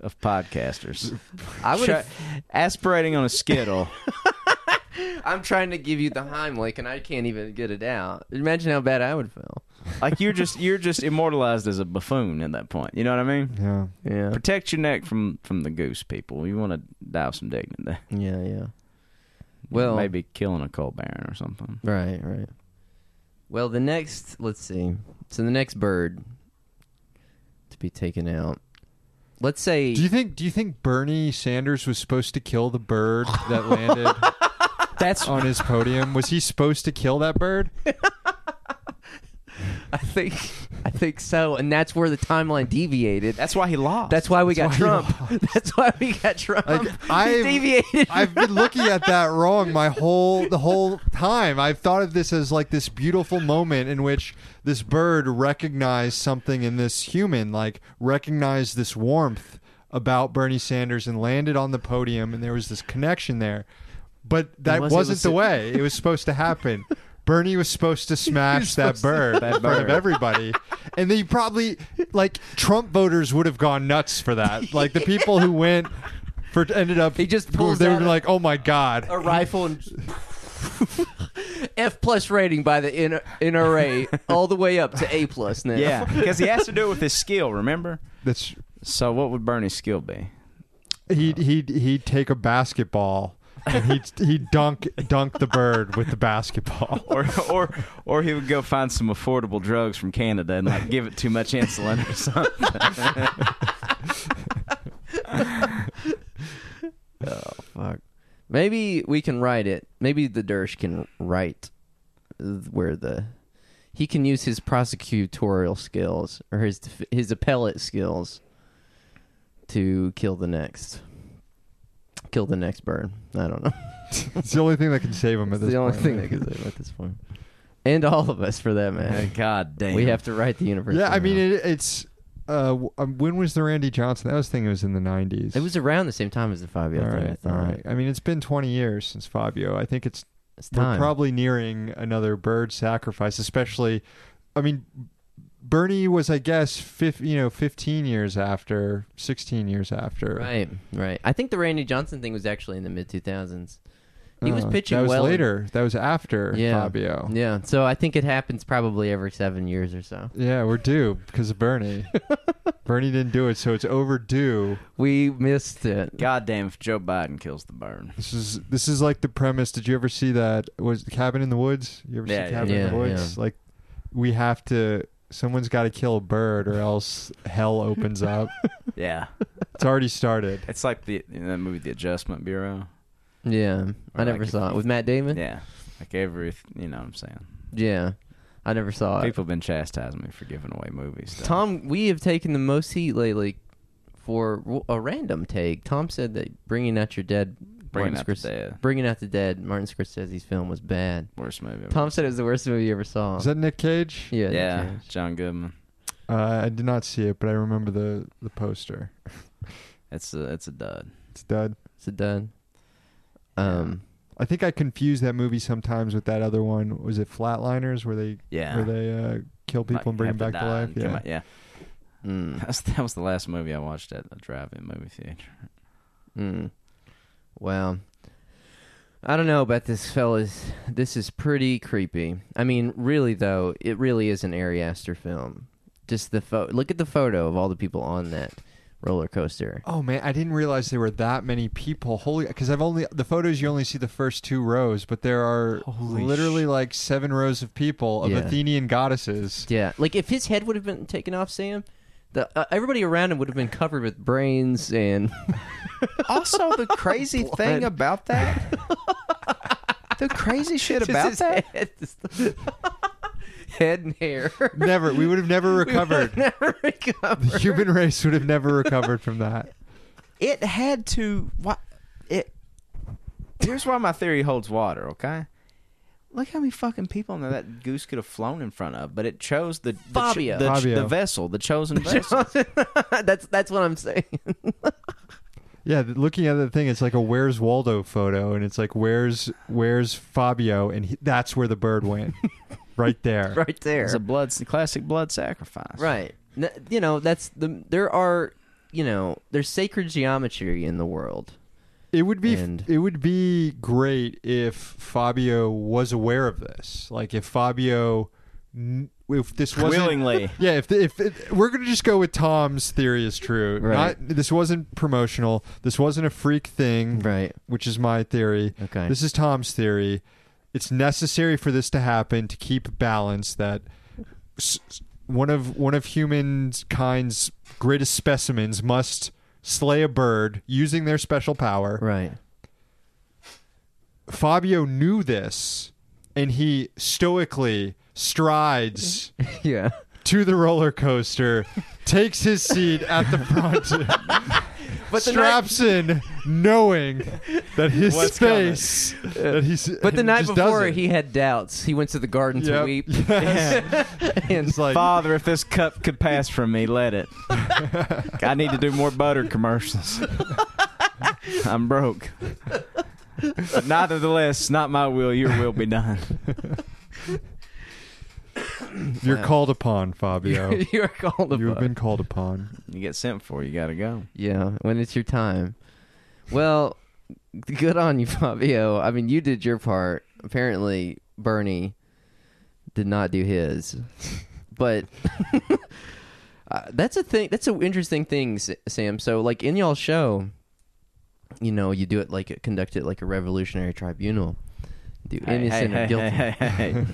[SPEAKER 3] of podcasters, I would have aspirating on a skittle.
[SPEAKER 1] I'm trying to give you the Heimlich, and I can't even get it out. Imagine how bad I would feel.
[SPEAKER 3] like you're just you're just immortalized as a buffoon at that point. You know what I mean?
[SPEAKER 2] Yeah.
[SPEAKER 1] Yeah,
[SPEAKER 3] Protect your neck from from the goose people. You want to die with some dignity.
[SPEAKER 1] yeah, yeah. Well,
[SPEAKER 3] maybe killing a coal baron or something.
[SPEAKER 1] Right, right. Well, the next, let's see. So the next bird to be taken out. Let's say
[SPEAKER 2] Do you think do you think Bernie Sanders was supposed to kill the bird that landed
[SPEAKER 3] That's
[SPEAKER 2] on his podium? Was he supposed to kill that bird?
[SPEAKER 1] I think I think so, and that's where the timeline deviated.
[SPEAKER 3] that's why he lost.
[SPEAKER 1] That's why we
[SPEAKER 2] That's
[SPEAKER 1] got
[SPEAKER 2] why he
[SPEAKER 1] Trump. That's why we got Trump.
[SPEAKER 2] Like,
[SPEAKER 1] He
[SPEAKER 2] I've-
[SPEAKER 1] deviated.
[SPEAKER 2] I've been looking at that wrong my whole the whole time. I've thought of this as like this beautiful moment in which this bird recognized something in this human, like recognized this warmth about Bernie Sanders and landed on the podium and there was this connection there. But that
[SPEAKER 1] was-
[SPEAKER 2] was,
[SPEAKER 1] it
[SPEAKER 2] not
[SPEAKER 1] was-
[SPEAKER 2] the way it was supposed to happen. Bernie was supposed to smash that bird in front of everybody. And they probably like Trump voters would have gone nuts for that. Like the people who went for ended up
[SPEAKER 1] He just pulls
[SPEAKER 2] they
[SPEAKER 1] out
[SPEAKER 2] were
[SPEAKER 1] a-
[SPEAKER 2] like oh my god
[SPEAKER 1] a rifle and F plus rating by the N- NRA all the way up to A plus now.
[SPEAKER 3] yeah, because he has to do it with his skill. Remember?
[SPEAKER 2] that's
[SPEAKER 3] So what would Bernie's skill be?
[SPEAKER 2] he'd he'd he'd take a basketball and he'd he'd dunk dunk the bird with the basketball
[SPEAKER 3] Or or or he would go find some affordable drugs from Canada and like give it too much insulin or something.
[SPEAKER 1] Fuck. Maybe we can write it. Maybe the Dersh can write where the he can use his prosecutorial skills or his def- his appellate skills to kill the next kill the next bird. I don't know.
[SPEAKER 2] it's the only thing that can save him at
[SPEAKER 1] It's
[SPEAKER 2] this
[SPEAKER 1] the only
[SPEAKER 2] point.
[SPEAKER 1] thing that could save at this point, and all of us for that matter.
[SPEAKER 3] God damn.
[SPEAKER 1] We have to write the universe.
[SPEAKER 2] yeah i mean it, it's uh, w- um, when was the Randy Johnson? That was thing. It was in the nineties.
[SPEAKER 1] It was around the same time as the Fabio
[SPEAKER 2] all
[SPEAKER 1] thing. I
[SPEAKER 2] right, all
[SPEAKER 1] thought.
[SPEAKER 2] right. I mean, it's been twenty years since Fabio. I think it's
[SPEAKER 1] It's
[SPEAKER 2] we're
[SPEAKER 1] time.
[SPEAKER 2] probably nearing another bird sacrifice, especially. I mean, Bernie was, I guess, fif- you know, fifteen years after, sixteen years after.
[SPEAKER 1] right, right. I think the Randy Johnson thing was actually in the mid 2000s. He was
[SPEAKER 2] Uh,
[SPEAKER 1] pitching
[SPEAKER 2] That was
[SPEAKER 1] well.
[SPEAKER 2] later. That was after
[SPEAKER 1] Yeah.
[SPEAKER 2] Fabio.
[SPEAKER 1] Yeah, so I think it happens probably every seven years or so.
[SPEAKER 2] Yeah, we're due because of Bernie. Bernie didn't do it, so it's overdue.
[SPEAKER 1] We missed it.
[SPEAKER 3] Goddamn if Joe Biden kills the burn.
[SPEAKER 2] This is this is like the premise. Did you ever see that? Was the Cabin in the Woods? You ever
[SPEAKER 3] Yeah,
[SPEAKER 2] see Cabin in
[SPEAKER 1] yeah,
[SPEAKER 2] the Woods? Like, we have to. Someone's got to kill a bird, or else hell opens up.
[SPEAKER 3] Yeah.
[SPEAKER 2] it's already started.
[SPEAKER 3] It's like the in that movie The Adjustment Bureau.
[SPEAKER 1] Yeah, I
[SPEAKER 3] Or
[SPEAKER 1] never
[SPEAKER 3] like if
[SPEAKER 1] saw it
[SPEAKER 3] you-
[SPEAKER 1] with Matt Damon.
[SPEAKER 3] Yeah. Like every you know what I'm saying.
[SPEAKER 1] Yeah, I never saw it.
[SPEAKER 3] People have been chastising me for giving away movies. though.
[SPEAKER 1] Tom, we have taken the most heat lately for a random take. Tom said that bringing out your dead,
[SPEAKER 3] Bringing
[SPEAKER 1] Martin
[SPEAKER 3] Out the
[SPEAKER 1] Scorsese-
[SPEAKER 3] Dead.
[SPEAKER 1] bringing out the dead, Martin Scorsese's film was bad.
[SPEAKER 3] worst movie. Ever.
[SPEAKER 1] Tom said it was the worst movie you ever saw.
[SPEAKER 2] Is that Nick Cage?
[SPEAKER 1] yeah,
[SPEAKER 3] Yeah,
[SPEAKER 1] Nick Cage.
[SPEAKER 3] John Goodman.
[SPEAKER 2] Uh, I did not see it, but I remember the the poster.
[SPEAKER 3] It's a it's a dud.
[SPEAKER 2] It's dud.
[SPEAKER 1] Is it done? Um,
[SPEAKER 2] I think I confuse that movie sometimes with that other one. Was it Flatliners, where they
[SPEAKER 3] Yeah.
[SPEAKER 2] where they uh, kill people
[SPEAKER 3] Like,
[SPEAKER 2] and bring
[SPEAKER 3] have
[SPEAKER 2] them back to
[SPEAKER 3] die
[SPEAKER 2] life?
[SPEAKER 3] and come
[SPEAKER 2] Yeah.
[SPEAKER 3] out- yeah.
[SPEAKER 1] mm,
[SPEAKER 3] That's, that was the last movie I watched at the drive-in movie theater.
[SPEAKER 1] mm. Wow. I don't know about this, fellas. This is pretty creepy. I mean, really though, it really is an Ari Aster film. Just the photo. look at the photo of all the people on that roller coaster.
[SPEAKER 2] Oh man, I didn't realize there were that many people. Holy, because I've only the photos you only see the first two rows, but there are
[SPEAKER 3] Holy
[SPEAKER 2] literally like seven rows of people of
[SPEAKER 1] Yeah.
[SPEAKER 2] Athenian goddesses.
[SPEAKER 1] Yeah, like if his head would have been taken off, Sam, the uh, everybody around him would have been covered with brains and
[SPEAKER 3] Also, the crazy thing about that, the crazy shit
[SPEAKER 1] Just his head, just the- head and hair.
[SPEAKER 2] Never, we would have never
[SPEAKER 1] We would
[SPEAKER 2] recovered.
[SPEAKER 1] have never
[SPEAKER 2] the
[SPEAKER 1] recovered.
[SPEAKER 2] human race would have never recovered from that.
[SPEAKER 3] it had to. What it? Here's why my theory holds water. Okay, look how many fucking people in there that goose could have flown in front of, but it chose the the ch-
[SPEAKER 1] Fabio.
[SPEAKER 3] the, ch-
[SPEAKER 2] Fabio.
[SPEAKER 3] the vessel, the chosen vessel.
[SPEAKER 1] that's that's what I'm saying.
[SPEAKER 2] Yeah, th- looking at the thing, it's like a "Where's Waldo" photo, and it's like "Where's Where's Fabio?" and he, that's where the bird went, right there.
[SPEAKER 1] Right there.
[SPEAKER 3] It's a blood, classic blood sacrifice.
[SPEAKER 1] Right. N- you know, that's the there are, you know, there's sacred geometry in the world.
[SPEAKER 2] It would be
[SPEAKER 1] And-
[SPEAKER 2] it would be great if Fabio was aware of this, like if Fabio, kn- if this wasn't.
[SPEAKER 3] Willingly.
[SPEAKER 2] Yeah, if the, if it, we're gonna just go with Tom's theory is true.
[SPEAKER 1] Right.
[SPEAKER 2] Not, this wasn't promotional. This wasn't a freak thing.
[SPEAKER 1] Right.
[SPEAKER 2] which is my theory.
[SPEAKER 1] Okay.
[SPEAKER 2] This is Tom's theory. It's necessary for this to happen to keep balance that s- s- one of one of humankind's greatest specimens must slay a bird using their special power.
[SPEAKER 1] Right.
[SPEAKER 2] Fabio knew this and he stoically strides
[SPEAKER 1] Yeah.
[SPEAKER 2] to the roller coaster, takes his seat at the front.
[SPEAKER 1] But the night-
[SPEAKER 2] straps in knowing that his
[SPEAKER 3] What's
[SPEAKER 2] face that he's
[SPEAKER 1] But the
[SPEAKER 2] he
[SPEAKER 1] night
[SPEAKER 2] just
[SPEAKER 1] before,
[SPEAKER 2] does it.
[SPEAKER 1] he had doubts. He went to the garden to
[SPEAKER 2] Yep.
[SPEAKER 1] weep.
[SPEAKER 2] Yes.
[SPEAKER 1] and
[SPEAKER 2] It's like
[SPEAKER 3] Father, if this cup could pass from me, let it. I need to do more butter commercials. I'm broke. But nevertheless, not my will, your will be done.
[SPEAKER 2] you're
[SPEAKER 1] Wow.
[SPEAKER 2] called upon, Fabio.
[SPEAKER 1] you are called
[SPEAKER 2] you have
[SPEAKER 1] upon.
[SPEAKER 2] been called upon.
[SPEAKER 3] You get sent for, you gotta go.
[SPEAKER 1] Yeah, when it's your time. Well, good on you, Fabio. I mean, you did your part. Apparently, Bernie did not do his. But uh, that's a thing. That's an interesting thing, S- Sam. So, like in y'all show, you know, you do it like conduct it like a revolutionary tribunal. Do
[SPEAKER 3] Hey,
[SPEAKER 1] innocent
[SPEAKER 3] hey,
[SPEAKER 1] or
[SPEAKER 3] hey,
[SPEAKER 1] guilty.
[SPEAKER 3] hey, hey,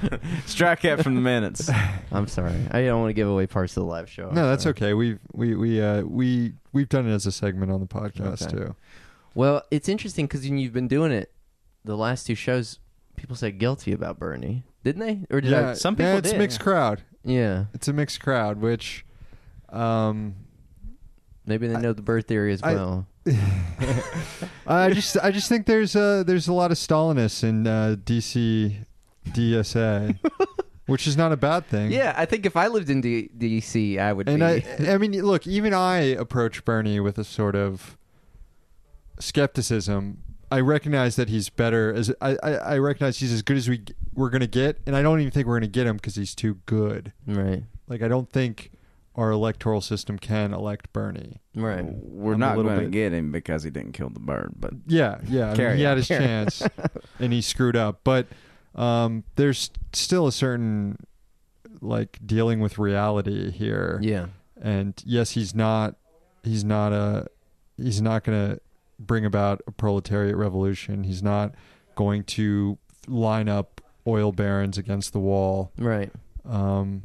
[SPEAKER 3] hey. Strike that from the minutes.
[SPEAKER 1] I'm sorry. I don't want to give away parts of the live show. I'm
[SPEAKER 2] No, that's
[SPEAKER 1] sorry.
[SPEAKER 2] okay. We've we we uh, we we've done it as a segment on the podcast
[SPEAKER 1] Okay.
[SPEAKER 2] too.
[SPEAKER 1] Well, it's interesting because you've been doing it the last two shows. People said guilty about Bernie, didn't they? Or did
[SPEAKER 2] yeah,
[SPEAKER 1] I?
[SPEAKER 3] some people
[SPEAKER 2] yeah, it's
[SPEAKER 3] did,
[SPEAKER 2] mixed
[SPEAKER 3] yeah.
[SPEAKER 2] crowd.
[SPEAKER 1] Yeah,
[SPEAKER 2] It's a mixed crowd, which um
[SPEAKER 1] maybe they know the bird theory as
[SPEAKER 2] I-
[SPEAKER 1] well.
[SPEAKER 2] I just I just think there's uh there's a lot of Stalinists in uh, DC DSA. which is not a bad thing.
[SPEAKER 1] Yeah, I think if I lived in D- DC, I would
[SPEAKER 2] And
[SPEAKER 1] be.
[SPEAKER 2] I, I mean, look, even I approach Bernie with a sort of skepticism. I recognize that he's better as I, I, I recognize he's as good as we g- we're gonna get, and I don't even think we're gonna get him because he's too good.
[SPEAKER 1] right,
[SPEAKER 2] Like I don't think our electoral system can elect Bernie.
[SPEAKER 1] right.
[SPEAKER 3] We're
[SPEAKER 2] I'm a
[SPEAKER 3] not
[SPEAKER 2] little
[SPEAKER 3] going to
[SPEAKER 2] bit-
[SPEAKER 3] get him because he didn't kill the bird, but
[SPEAKER 2] Yeah, yeah, I mean,
[SPEAKER 3] Carry
[SPEAKER 2] he
[SPEAKER 3] on,
[SPEAKER 2] had his
[SPEAKER 1] carry on.
[SPEAKER 2] chance, and he screwed up. But um, there's still a certain like dealing with reality here.
[SPEAKER 1] Yeah,
[SPEAKER 2] and yes he's not he's not a he's not going to bring about a proletariat revolution he's not going to line up oil barons against the wall
[SPEAKER 1] right.
[SPEAKER 2] um,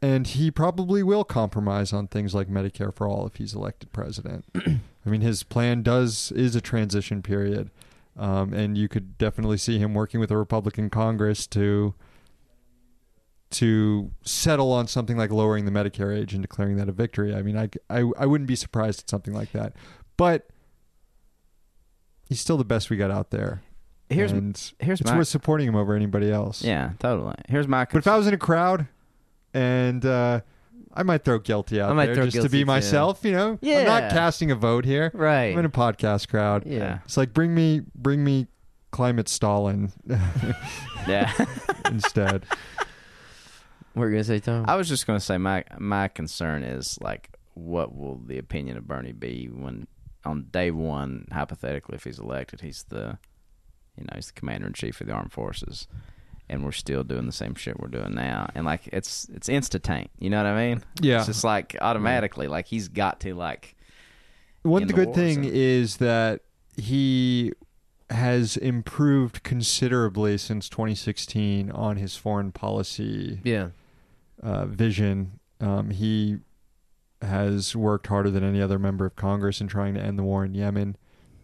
[SPEAKER 2] and he probably will compromise on things like medicare for all if he's elected president i mean his plan does is a transition period um, and you could definitely see him working with a republican congress to to settle on something like lowering the Medicare age and declaring that a victory. I mean, I, I, I wouldn't be surprised at something like that. But he's still the best we got out there.
[SPEAKER 3] here's
[SPEAKER 2] and
[SPEAKER 3] here's
[SPEAKER 2] it's
[SPEAKER 3] my
[SPEAKER 2] worth supporting him over anybody else.
[SPEAKER 3] yeah, totally. Here's my
[SPEAKER 2] But if I was in a crowd and uh, I might throw guilty out
[SPEAKER 1] I might
[SPEAKER 2] there
[SPEAKER 1] throw
[SPEAKER 2] just to
[SPEAKER 1] guilty,
[SPEAKER 2] be
[SPEAKER 1] too.
[SPEAKER 2] myself, you know? I'm
[SPEAKER 1] Yeah.
[SPEAKER 2] not casting a vote here.
[SPEAKER 1] Right.
[SPEAKER 2] I'm in a podcast crowd.
[SPEAKER 1] yeah.
[SPEAKER 2] It's like bring me bring me climate Stalin
[SPEAKER 3] yeah.
[SPEAKER 2] instead.
[SPEAKER 1] What were you gonna say, Tom?
[SPEAKER 3] I was just going to say my my concern is like what will the opinion of Bernie be when on day 1 hypothetically if he's elected he's the you know he's the commander in chief of the armed forces and we're still doing the same shit we're doing now and like it's it's instantank you know what I mean
[SPEAKER 2] Yeah.
[SPEAKER 3] it's just like automatically like he's got to like
[SPEAKER 2] One
[SPEAKER 3] in
[SPEAKER 2] the
[SPEAKER 3] the
[SPEAKER 2] good
[SPEAKER 3] war
[SPEAKER 2] thing
[SPEAKER 3] zone.
[SPEAKER 2] is that he has improved considerably since 2016 on his foreign policy
[SPEAKER 1] yeah.
[SPEAKER 2] uh, vision. Um, he has worked harder than any other member of Congress in trying to end the war in Yemen.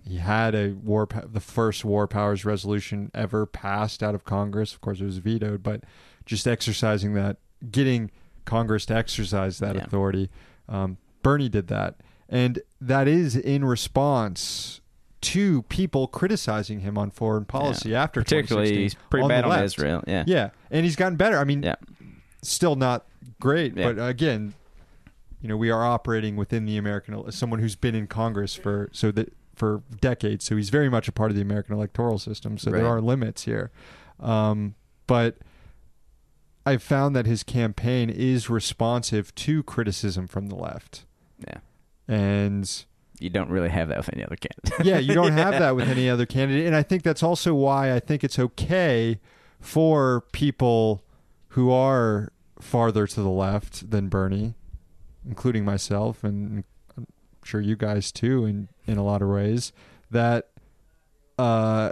[SPEAKER 2] He had a war, po- the first war powers resolution ever passed out of Congress. Of course, it was vetoed, but just exercising that, getting Congress to exercise that
[SPEAKER 3] Yeah.
[SPEAKER 2] authority. Um, Bernie did that, and that is in response to people criticizing him on foreign policy after
[SPEAKER 3] particularly
[SPEAKER 2] 2016
[SPEAKER 3] he's pretty
[SPEAKER 2] on the
[SPEAKER 3] bad on
[SPEAKER 2] left.
[SPEAKER 3] Israel yeah
[SPEAKER 2] Yeah, and he's gotten better. I mean,
[SPEAKER 3] Yeah.
[SPEAKER 2] still not great,
[SPEAKER 3] Yeah.
[SPEAKER 2] but again, you know, we are operating within the American as someone who's been in Congress for so that for decades, so he's very much a part of the American electoral system. So there
[SPEAKER 1] Right.
[SPEAKER 2] are limits here, um, but I found that his campaign is responsive to criticism from the left,
[SPEAKER 3] yeah
[SPEAKER 2] and
[SPEAKER 3] you don't really have that with any other candidate
[SPEAKER 2] yeah, you don't have that with any other candidate. And I think that's also why I think it's okay for people who are farther to the left than Bernie, including myself, and I'm sure you guys too, in, in a lot of ways, that uh,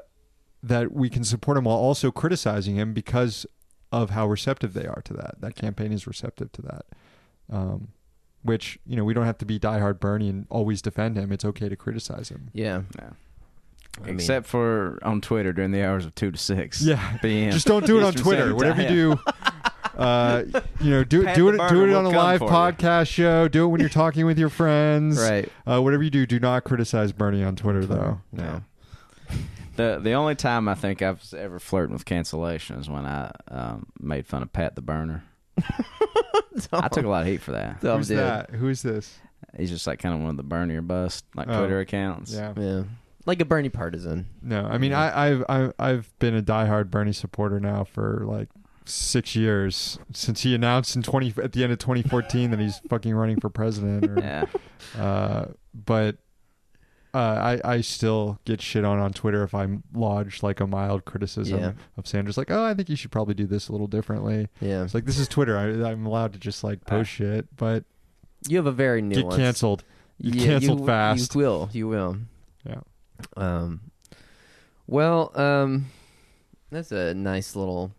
[SPEAKER 2] that we can support him while also criticizing him because of how receptive they are to that. That campaign is receptive to that. Um, which you know we don't have to be diehard Bernie and always defend him. It's okay to criticize him.
[SPEAKER 1] Yeah.
[SPEAKER 3] No.
[SPEAKER 1] I mean-
[SPEAKER 3] except for on Twitter during the hours of 2 to 6
[SPEAKER 2] Yeah.
[SPEAKER 3] PM.
[SPEAKER 2] Just don't do it on
[SPEAKER 3] Eastern
[SPEAKER 2] Twitter.
[SPEAKER 3] Standard
[SPEAKER 2] Whatever you
[SPEAKER 3] Time.
[SPEAKER 2] do, uh, you know, do it,
[SPEAKER 3] Pat
[SPEAKER 2] do it,
[SPEAKER 3] the burner,
[SPEAKER 2] do it
[SPEAKER 3] we'll
[SPEAKER 2] on a
[SPEAKER 3] come
[SPEAKER 2] live
[SPEAKER 3] for you.
[SPEAKER 2] podcast show. Do it when you're talking with your friends.
[SPEAKER 1] Right.
[SPEAKER 2] Uh, whatever you do, do not criticize Bernie on Twitter, though.
[SPEAKER 1] No.
[SPEAKER 3] The the only time I think I've ever flirted with cancellation is when I um, made fun of Pat the Burner. I took a lot of heat for that.
[SPEAKER 1] Dumb
[SPEAKER 2] Who's
[SPEAKER 1] dude.
[SPEAKER 2] that? Who's this?
[SPEAKER 3] He's just like kind of one of the burn your bust like
[SPEAKER 2] Oh.
[SPEAKER 3] Twitter accounts.
[SPEAKER 2] Yeah.
[SPEAKER 1] Yeah. Like a Bernie partisan.
[SPEAKER 2] No, I mean, I, I've, I've I've been a diehard Bernie supporter now for like six years since he announced in twenty at the end of 2014 that he's fucking running for president. Or,
[SPEAKER 3] Yeah.
[SPEAKER 2] Uh, but uh, I I still get shit on on Twitter if I lodge like a mild criticism
[SPEAKER 1] Yeah.
[SPEAKER 2] of Sanders, like, oh, I think you should probably do this a little differently.
[SPEAKER 1] Yeah.
[SPEAKER 2] It's like this is Twitter. I, I'm allowed to just like
[SPEAKER 3] Ah.
[SPEAKER 2] post shit, but
[SPEAKER 1] You have a very
[SPEAKER 2] get
[SPEAKER 1] nuanced.
[SPEAKER 2] canceled. You
[SPEAKER 1] Yeah,
[SPEAKER 2] canceled
[SPEAKER 1] you,
[SPEAKER 2] fast.
[SPEAKER 1] You will. You will.
[SPEAKER 2] Yeah.
[SPEAKER 1] Um. Well, um, that's a nice little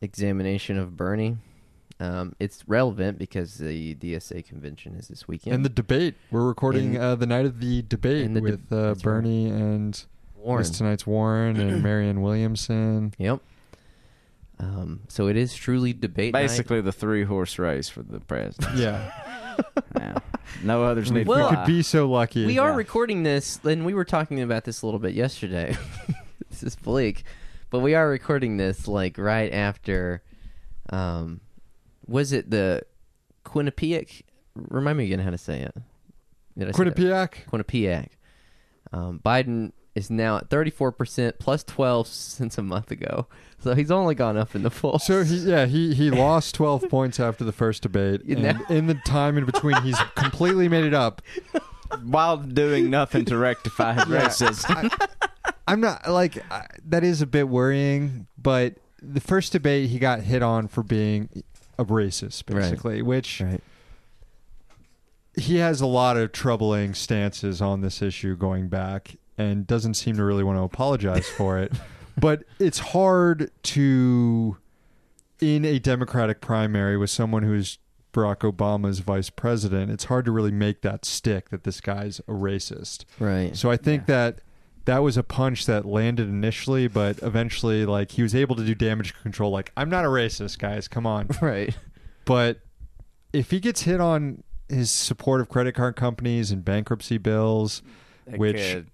[SPEAKER 1] examination of Bernie. Um, it's relevant because the DSA convention is this weekend.
[SPEAKER 2] And the debate. We're recording
[SPEAKER 1] In-
[SPEAKER 2] uh, the night of the debate
[SPEAKER 1] In the de-
[SPEAKER 2] with uh,
[SPEAKER 1] that's right.
[SPEAKER 2] Bernie and
[SPEAKER 1] Warren.
[SPEAKER 2] this tonight's Warren and Marianne Williamson.
[SPEAKER 1] Yep. Um. So it is truly debate. night.
[SPEAKER 3] Basically the three horse race for the president.
[SPEAKER 2] Yeah,
[SPEAKER 3] yeah. No others need
[SPEAKER 2] If
[SPEAKER 3] to
[SPEAKER 1] Well-
[SPEAKER 2] we
[SPEAKER 3] fly.
[SPEAKER 2] could be so lucky.
[SPEAKER 1] we are
[SPEAKER 3] Yeah.
[SPEAKER 1] recording this, and we were talking about this a little bit yesterday. this is bleak, but we are recording this like right after Um, was it the Quinnipiac? Remind me again how to say it. Did I say that?
[SPEAKER 2] Quinnipiac.
[SPEAKER 1] Quinnipiac. Um, Biden is now at 34% plus 12 since a month ago. So he's only gone up in the full.
[SPEAKER 2] So he, yeah, he he lost twelve points after the first debate,
[SPEAKER 1] You
[SPEAKER 2] and
[SPEAKER 1] know?
[SPEAKER 2] in the time in between, he's completely made it up.
[SPEAKER 3] while doing nothing to rectify his
[SPEAKER 2] Yeah.
[SPEAKER 3] racism.
[SPEAKER 2] I'm not like I, that is a bit worrying, but the first debate he got hit on for being a racist,
[SPEAKER 1] Right.
[SPEAKER 2] basically, which
[SPEAKER 1] Right.
[SPEAKER 2] he has a lot of troubling stances on this issue going back, and doesn't seem to really want to apologize for it. But it's hard to, in a Democratic primary with someone who's Barack Obama's vice president, it's hard to really make that stick that this guy's a racist.
[SPEAKER 1] Right.
[SPEAKER 2] So I think that that was a punch that landed initially, but eventually, like he was able to do damage control. Like I'm not a racist, guys. Come on.
[SPEAKER 1] right.
[SPEAKER 2] but if he gets hit on his support of credit card companies and bankruptcy bills, which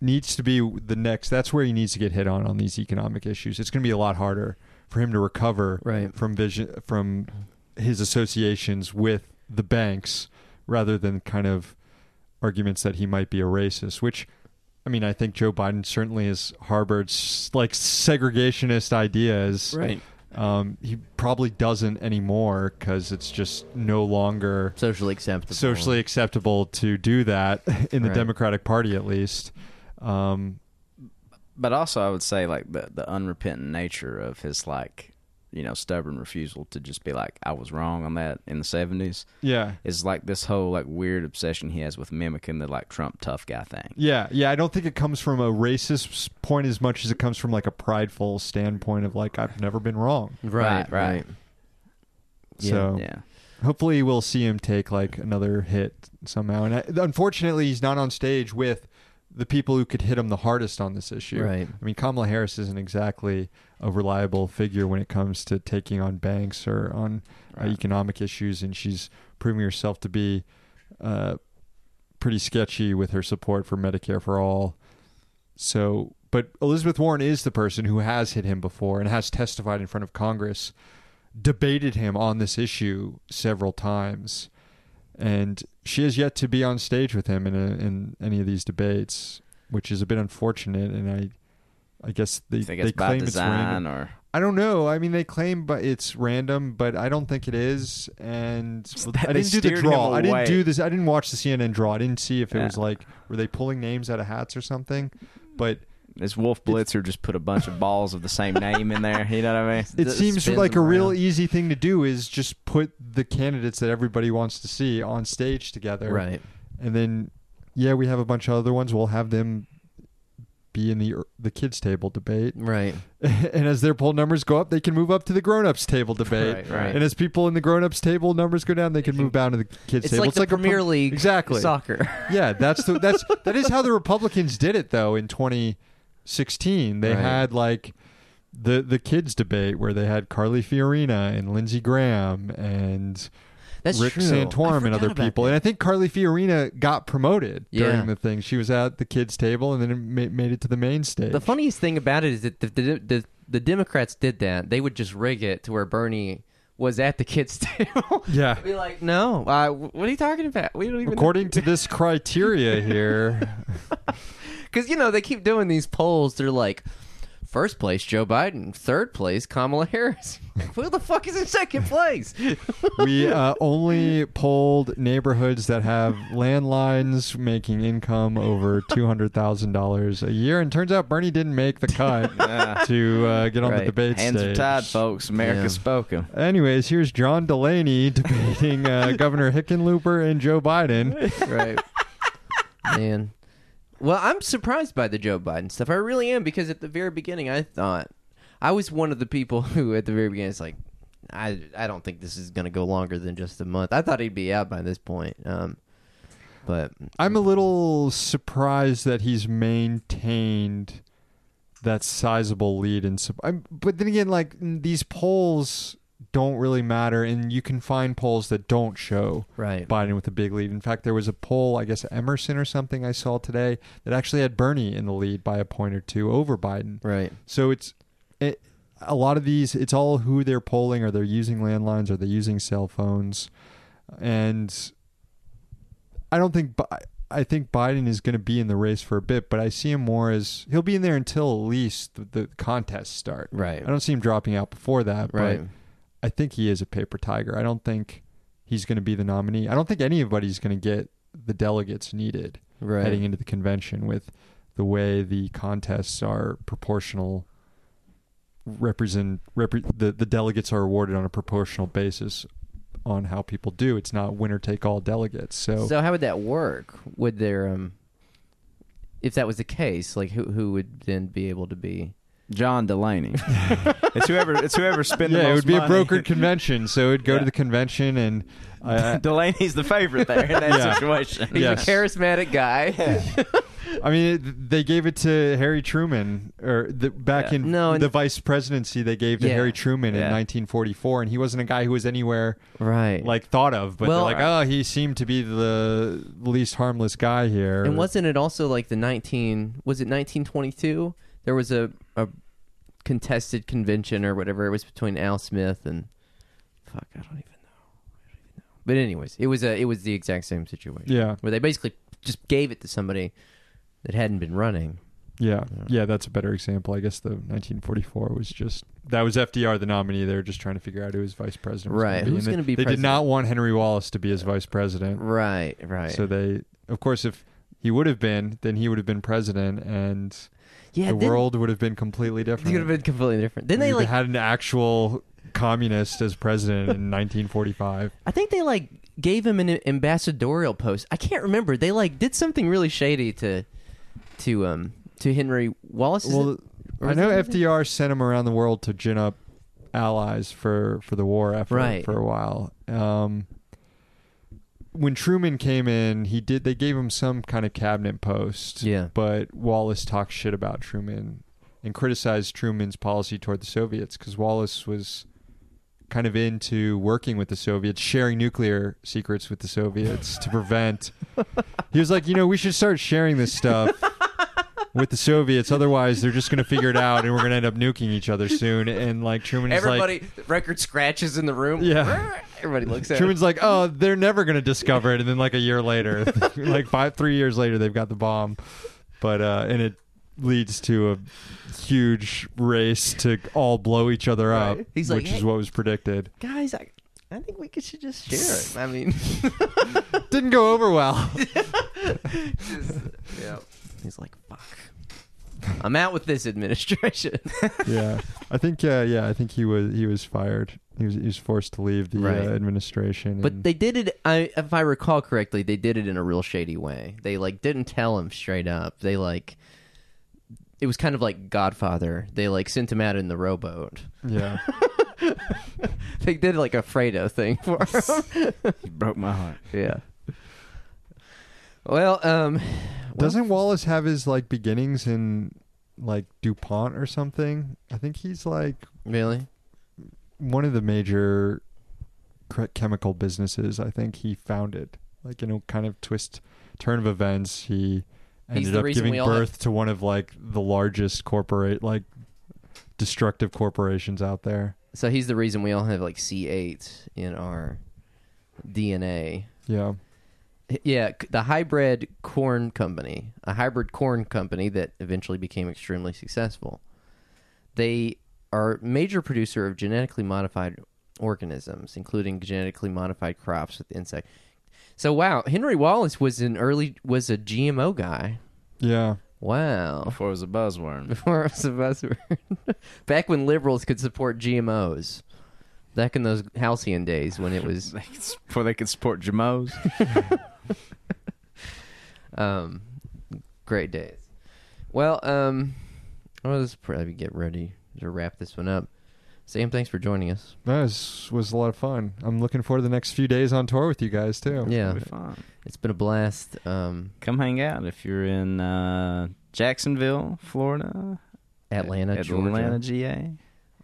[SPEAKER 2] needs to be the next. That's where he needs to get hit on on these economic issues. It's going to be a lot harder for him to recover
[SPEAKER 1] Right.
[SPEAKER 2] from vision from his associations with the banks rather than kind of arguments that he might be a racist which i mean i think joe biden certainly has harbored s- like segregationist ideas
[SPEAKER 1] Right.
[SPEAKER 2] um, he probably doesn't anymore because it's just no longer
[SPEAKER 1] Socially acceptable.
[SPEAKER 2] socially acceptable to do that in the
[SPEAKER 1] Right.
[SPEAKER 2] democratic party at least um,
[SPEAKER 3] But also, I would say like the the unrepentant nature of his like you know stubborn refusal to just be like I was wrong on that in the seventies
[SPEAKER 2] yeah
[SPEAKER 3] is like this whole like weird obsession he has with mimicking the like Trump tough guy thing.
[SPEAKER 2] Yeah, yeah. I don't think it comes from a racist s- point as much as it comes from like a prideful standpoint of like I've never been wrong.
[SPEAKER 1] Right.
[SPEAKER 3] Right, right.
[SPEAKER 1] Yeah,
[SPEAKER 2] so
[SPEAKER 3] Yeah,
[SPEAKER 2] hopefully we'll see him take like another hit somehow. And I, unfortunately, he's not on stage with the people who could hit him the hardest on this issue.
[SPEAKER 1] Right.
[SPEAKER 2] I mean, Kamala Harris isn't exactly a reliable figure when it comes to taking on banks or on uh,
[SPEAKER 3] Right.
[SPEAKER 2] economic issues, and she's proving herself to be uh, pretty sketchy with her support for Medicare for all. So, but Elizabeth Warren is the person who has hit him before and has testified in front of Congress, debated him on this issue several times, and she has yet to be on stage with him in a, in any of these debates, which is a bit unfortunate. And I, I guess they
[SPEAKER 3] you think
[SPEAKER 2] they
[SPEAKER 3] it's by
[SPEAKER 2] claim it's random.
[SPEAKER 3] design or
[SPEAKER 2] I don't know. I mean, they claim, but it's random, but I don't think it is. And
[SPEAKER 3] that
[SPEAKER 2] I
[SPEAKER 3] they
[SPEAKER 2] didn't do the
[SPEAKER 3] steered
[SPEAKER 2] draw.
[SPEAKER 3] him
[SPEAKER 2] I didn't
[SPEAKER 3] away.
[SPEAKER 2] do this. I didn't watch the CNN draw. I didn't see if it
[SPEAKER 3] Yeah.
[SPEAKER 2] was like were they pulling names out of hats or something. But
[SPEAKER 3] this Wolf Blitzer just put a bunch of balls of the same name in there. You know what I mean?
[SPEAKER 2] it
[SPEAKER 1] That
[SPEAKER 2] seems
[SPEAKER 1] spins
[SPEAKER 2] like a
[SPEAKER 1] them
[SPEAKER 2] real
[SPEAKER 1] around.
[SPEAKER 2] easy thing to do is just put the candidates that everybody wants to see on stage together,
[SPEAKER 1] Right.
[SPEAKER 2] And then, yeah, we have a bunch of other ones. We'll have them be in the the kids table debate,
[SPEAKER 1] Right.
[SPEAKER 2] and as their poll numbers go up, they can move up to the grown ups table debate.
[SPEAKER 1] Right. Right.
[SPEAKER 2] And as people in the grown-ups table numbers go down, they can move down to the kids
[SPEAKER 1] it's
[SPEAKER 2] table.
[SPEAKER 1] like the
[SPEAKER 2] a
[SPEAKER 1] Premier
[SPEAKER 2] pro-
[SPEAKER 1] League
[SPEAKER 2] exactly.
[SPEAKER 1] soccer.
[SPEAKER 2] Yeah, that's the that's that is how the Republicans did it though in 2016. They
[SPEAKER 1] Right.
[SPEAKER 2] had like the the kids debate where they had Carly Fiorina and Lindsey Graham and
[SPEAKER 1] That's
[SPEAKER 2] Rick
[SPEAKER 1] true.
[SPEAKER 2] Santorum
[SPEAKER 1] I
[SPEAKER 2] and other
[SPEAKER 1] forgot about
[SPEAKER 2] people. And I
[SPEAKER 1] that.
[SPEAKER 2] think Carly Fiorina got promoted
[SPEAKER 1] Yeah.
[SPEAKER 2] during the thing. She was at the kids table and then it ma- made it to the main stage.
[SPEAKER 1] The funniest thing about it is that the, the, the, the Democrats did that. They would just rig it to where Bernie was at the kids' table.
[SPEAKER 2] Yeah.
[SPEAKER 1] Be like, no, uh, what are you talking about? We don't even.
[SPEAKER 2] According to this criteria here,
[SPEAKER 1] Because, you know, they keep doing these polls. They're like, first place, Joe Biden. Third place, Kamala Harris. Who the fuck is in second place?
[SPEAKER 2] we uh, only polled neighborhoods that have landlines making income over two hundred thousand dollars a year, and turns out Bernie didn't make the cut
[SPEAKER 3] Yeah.
[SPEAKER 2] to uh, get on the debate
[SPEAKER 3] Hands
[SPEAKER 2] stage.
[SPEAKER 3] are tied, folks. America's
[SPEAKER 1] Yeah.
[SPEAKER 3] spoken.
[SPEAKER 2] Anyways, here's John Delaney debating uh, Governor Hickenlooper and Joe Biden.
[SPEAKER 1] right. Man. Well, I'm surprised by the Joe Biden stuff. I really am because at the very beginning, I thought I was one of the people who, at the very beginning, is like, I I don't think this is going to go longer than just a month. I thought he'd be out by this point, um, but
[SPEAKER 2] I'm a little surprised that he's maintained that sizable lead in sup- I'm, but then again like n- these polls don't really matter and you can find polls that don't show
[SPEAKER 1] right,
[SPEAKER 2] Biden with a big lead. In fact, there was a poll, I guess Emerson or something I saw today that actually had Bernie in the lead by a point or two over Biden.
[SPEAKER 1] right,
[SPEAKER 2] So it's it, a lot of these, it's all who they're polling. Are they using landlines? Are they using cell phones? And I don't think. Bi- I think Biden is going to be in the race for a bit, but I see him more as he'll be in there until at least the, the contests start.
[SPEAKER 1] Right.
[SPEAKER 2] I don't see him dropping out before that.
[SPEAKER 1] Right.
[SPEAKER 2] But I think he is a paper tiger. I don't think he's going to be the nominee. I don't think anybody's going to get the delegates needed
[SPEAKER 1] Right.
[SPEAKER 2] heading into the convention with the way the contests are proportional represent repre- the the delegates are awarded on a proportional basis on how people do it's not winner take all delegates so,
[SPEAKER 1] So how would that work? Would there, um, if that was the case, like who who would then be able to be?
[SPEAKER 3] John Delaney. it's whoever. It's whoever spent. the
[SPEAKER 2] yeah it
[SPEAKER 3] most
[SPEAKER 2] would be
[SPEAKER 3] money.
[SPEAKER 2] a brokered convention so it'd go
[SPEAKER 3] Yeah.
[SPEAKER 2] to the convention and uh, I,
[SPEAKER 3] Delaney's the favorite there in that
[SPEAKER 2] Yeah.
[SPEAKER 3] situation.
[SPEAKER 1] He's
[SPEAKER 2] Yes.
[SPEAKER 1] a charismatic guy.
[SPEAKER 2] I mean, it, they gave it to Harry Truman, or the, back
[SPEAKER 3] Yeah.
[SPEAKER 2] in
[SPEAKER 1] No, and-
[SPEAKER 2] the vice presidency, they gave to
[SPEAKER 1] Yeah.
[SPEAKER 2] Harry Truman in
[SPEAKER 3] Yeah.
[SPEAKER 2] 1944, and he wasn't a guy who was anywhere
[SPEAKER 1] right.
[SPEAKER 2] like thought of. But
[SPEAKER 1] Well-
[SPEAKER 2] they're like, oh, he seemed to be the least harmless guy here.
[SPEAKER 1] and wasn't it also like the nineteen? Was it nineteen twenty two? There was a a contested convention or whatever. It was between Al Smith and fuck, I don't even know. I don't even know. But anyways, it was a it was the exact same situation.
[SPEAKER 2] yeah,
[SPEAKER 1] where they basically just gave it to somebody that hadn't been running.
[SPEAKER 2] yeah, yeah, That's a better example, I guess. The 1944 was just that was FDR the nominee. They were just trying to figure out who his vice president, was
[SPEAKER 1] Right,
[SPEAKER 2] Gonna be.
[SPEAKER 1] who's
[SPEAKER 2] And
[SPEAKER 1] gonna
[SPEAKER 2] they,
[SPEAKER 1] be
[SPEAKER 2] They did
[SPEAKER 1] president?
[SPEAKER 2] not want Henry Wallace to be his vice president.
[SPEAKER 1] Right, right.
[SPEAKER 2] So they, of course, if he would have been, then he would have been president, and
[SPEAKER 1] yeah,
[SPEAKER 2] the
[SPEAKER 1] then-
[SPEAKER 2] world would have been completely
[SPEAKER 1] It
[SPEAKER 2] different.
[SPEAKER 1] could have been completely different. Then
[SPEAKER 2] We'd
[SPEAKER 1] they
[SPEAKER 2] have
[SPEAKER 1] like,
[SPEAKER 2] had an actual communist as president in 1945.
[SPEAKER 1] I think they like gave him an ambassadorial post. I can't remember. They like did something really shady to, to um, to Henry Wallace. is
[SPEAKER 2] Well,
[SPEAKER 1] it? or
[SPEAKER 2] I
[SPEAKER 1] is
[SPEAKER 2] know
[SPEAKER 1] it-
[SPEAKER 2] FDR sent him around the world to gin up allies for for the war effort
[SPEAKER 1] Right.
[SPEAKER 2] for a while. Um, when Truman came in, he did. They gave him some kind of cabinet post.
[SPEAKER 1] Yeah.
[SPEAKER 2] But Wallace talked shit about Truman and criticized Truman's policy toward the Soviets because Wallace was kind of into working with the Soviets, sharing nuclear secrets with the Soviets to prevent. He was like, you know, we should start sharing this stuff with the Soviets. Otherwise, they're just going to figure it out, and we're going to end up nuking each other soon. And like Truman is like,
[SPEAKER 1] Everybody record scratches in the room.
[SPEAKER 2] Yeah.
[SPEAKER 1] everybody looks at.
[SPEAKER 2] Truman's like, oh, they're never going to discover it. And then like a year later, like five, three years later, they've got the bomb. But uh, and it leads to a huge race to all blow each other up,
[SPEAKER 1] Right. He's like,
[SPEAKER 2] which
[SPEAKER 1] "Hey."
[SPEAKER 2] is what was predicted.
[SPEAKER 1] him. guys. I, I think we could should just share it. I mean,
[SPEAKER 2] Didn't go over well.
[SPEAKER 1] yeah. He's like, fuck. I'm out with this administration.
[SPEAKER 2] yeah, I think uh, yeah, I think he was he was fired. He was he was forced to leave the
[SPEAKER 1] Right.
[SPEAKER 2] uh, administration.
[SPEAKER 1] But
[SPEAKER 2] and-
[SPEAKER 1] they did it. I, if I recall correctly, they did it in a real shady way. They like didn't tell him straight up. They like it was kind of like Godfather. They like sent him out in the rowboat.
[SPEAKER 2] yeah,
[SPEAKER 1] They did like a Fredo thing for him.
[SPEAKER 3] You broke my heart.
[SPEAKER 1] yeah. Well, um,
[SPEAKER 2] doesn't Wallace have his like beginnings in like Dupont or something? I think he's like
[SPEAKER 1] really?
[SPEAKER 2] one of the major cre- chemical businesses. I think he founded like in a kind of twist turn of events. He ended
[SPEAKER 1] the
[SPEAKER 2] up
[SPEAKER 1] reason
[SPEAKER 2] giving
[SPEAKER 1] we all
[SPEAKER 2] birth to one of like the largest corporate like destructive corporations out there.
[SPEAKER 1] So he's the reason we all have like C eight in our DNA.
[SPEAKER 2] Yeah.
[SPEAKER 1] Yeah, c- the hybrid corn company, a hybrid corn company that eventually became extremely successful. They are a major producer of genetically modified organisms, including genetically modified crops with insect. So wow, Henry Wallace was an early was a GMO guy.
[SPEAKER 2] Yeah.
[SPEAKER 1] Wow.
[SPEAKER 3] Before it was a buzzword.
[SPEAKER 1] Before it was a buzzword. Back when liberals could support GMOs. Back in those halcyon days when it was
[SPEAKER 3] They could- Before they could support Jamos.
[SPEAKER 1] Um, great days. Well, um, well, let's probably get ready to wrap this one up. Sam, thanks for joining us.
[SPEAKER 2] No, this was a lot of fun. I'm looking forward to the next few days on tour with you guys too.
[SPEAKER 1] Yeah.
[SPEAKER 3] It'll be fun.
[SPEAKER 1] It's been a blast. Um,
[SPEAKER 3] Come hang out if you're in uh, Jacksonville, Florida,
[SPEAKER 1] Atlanta,
[SPEAKER 3] Atlanta,
[SPEAKER 1] Georgia,
[SPEAKER 3] GA,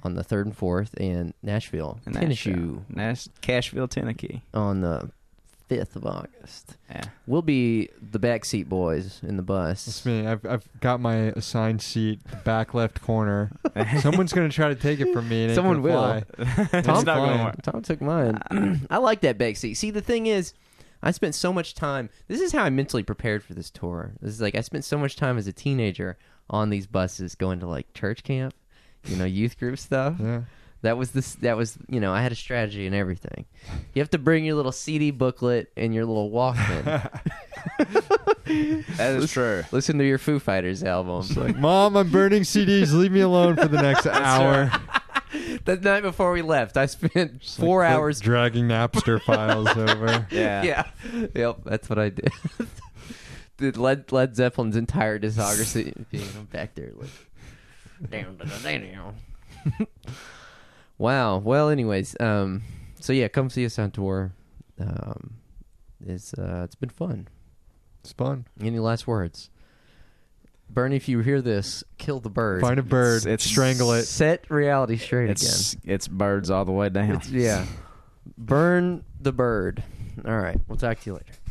[SPEAKER 1] on the third and fourth, and Nashville,
[SPEAKER 3] and
[SPEAKER 1] Tennessee
[SPEAKER 3] Nashville, Nash- Cashville, Tennessee.
[SPEAKER 1] on the 5th of August.
[SPEAKER 3] Yeah.
[SPEAKER 1] We'll be the backseat boys in the
[SPEAKER 2] It's
[SPEAKER 1] bus.
[SPEAKER 2] me. I've, I've got my assigned seat, back left corner. Someone's going to try to take it from me. And it ain't
[SPEAKER 1] Someone
[SPEAKER 2] gonna
[SPEAKER 1] will.
[SPEAKER 2] fly.
[SPEAKER 3] it's
[SPEAKER 1] Tom
[SPEAKER 3] not going
[SPEAKER 2] Fine.
[SPEAKER 3] to work.
[SPEAKER 1] Tom took mine. I like that backseat. See, the thing is, I spent so much time. This is how I mentally prepared for this tour. This is like I spent so much time as a teenager on these buses going to like church camp, you know, youth group stuff.
[SPEAKER 2] Yeah.
[SPEAKER 1] That was this. That was you know I had a strategy and everything. You have to bring your little CD booklet and your little Walkman.
[SPEAKER 3] That is true.
[SPEAKER 1] Listen to your Foo Fighters album.
[SPEAKER 2] It's like, Mom, I'm burning CDs. Leave me alone for the next hour.
[SPEAKER 1] the night before we left, I spent
[SPEAKER 2] It's
[SPEAKER 1] four
[SPEAKER 2] like the-
[SPEAKER 1] hours.
[SPEAKER 2] dragging Napster files over.
[SPEAKER 3] Yeah.
[SPEAKER 1] yeah. Yep, that's what I did. Did Led, Led Zeppelin's entire discography being back there like damn Wow. Well anyways, um so yeah, come see us on tour. Um it's uh it's been fun.
[SPEAKER 2] It's fun.
[SPEAKER 1] Any last words? Bernie, if you hear this, kill the bird.
[SPEAKER 2] Find a bird,
[SPEAKER 3] It's- it's-
[SPEAKER 2] strangle it.
[SPEAKER 1] Set reality straight
[SPEAKER 3] It's it's birds all the way down.
[SPEAKER 1] again. It's, yeah. Burn the bird. All right. We'll talk to you later.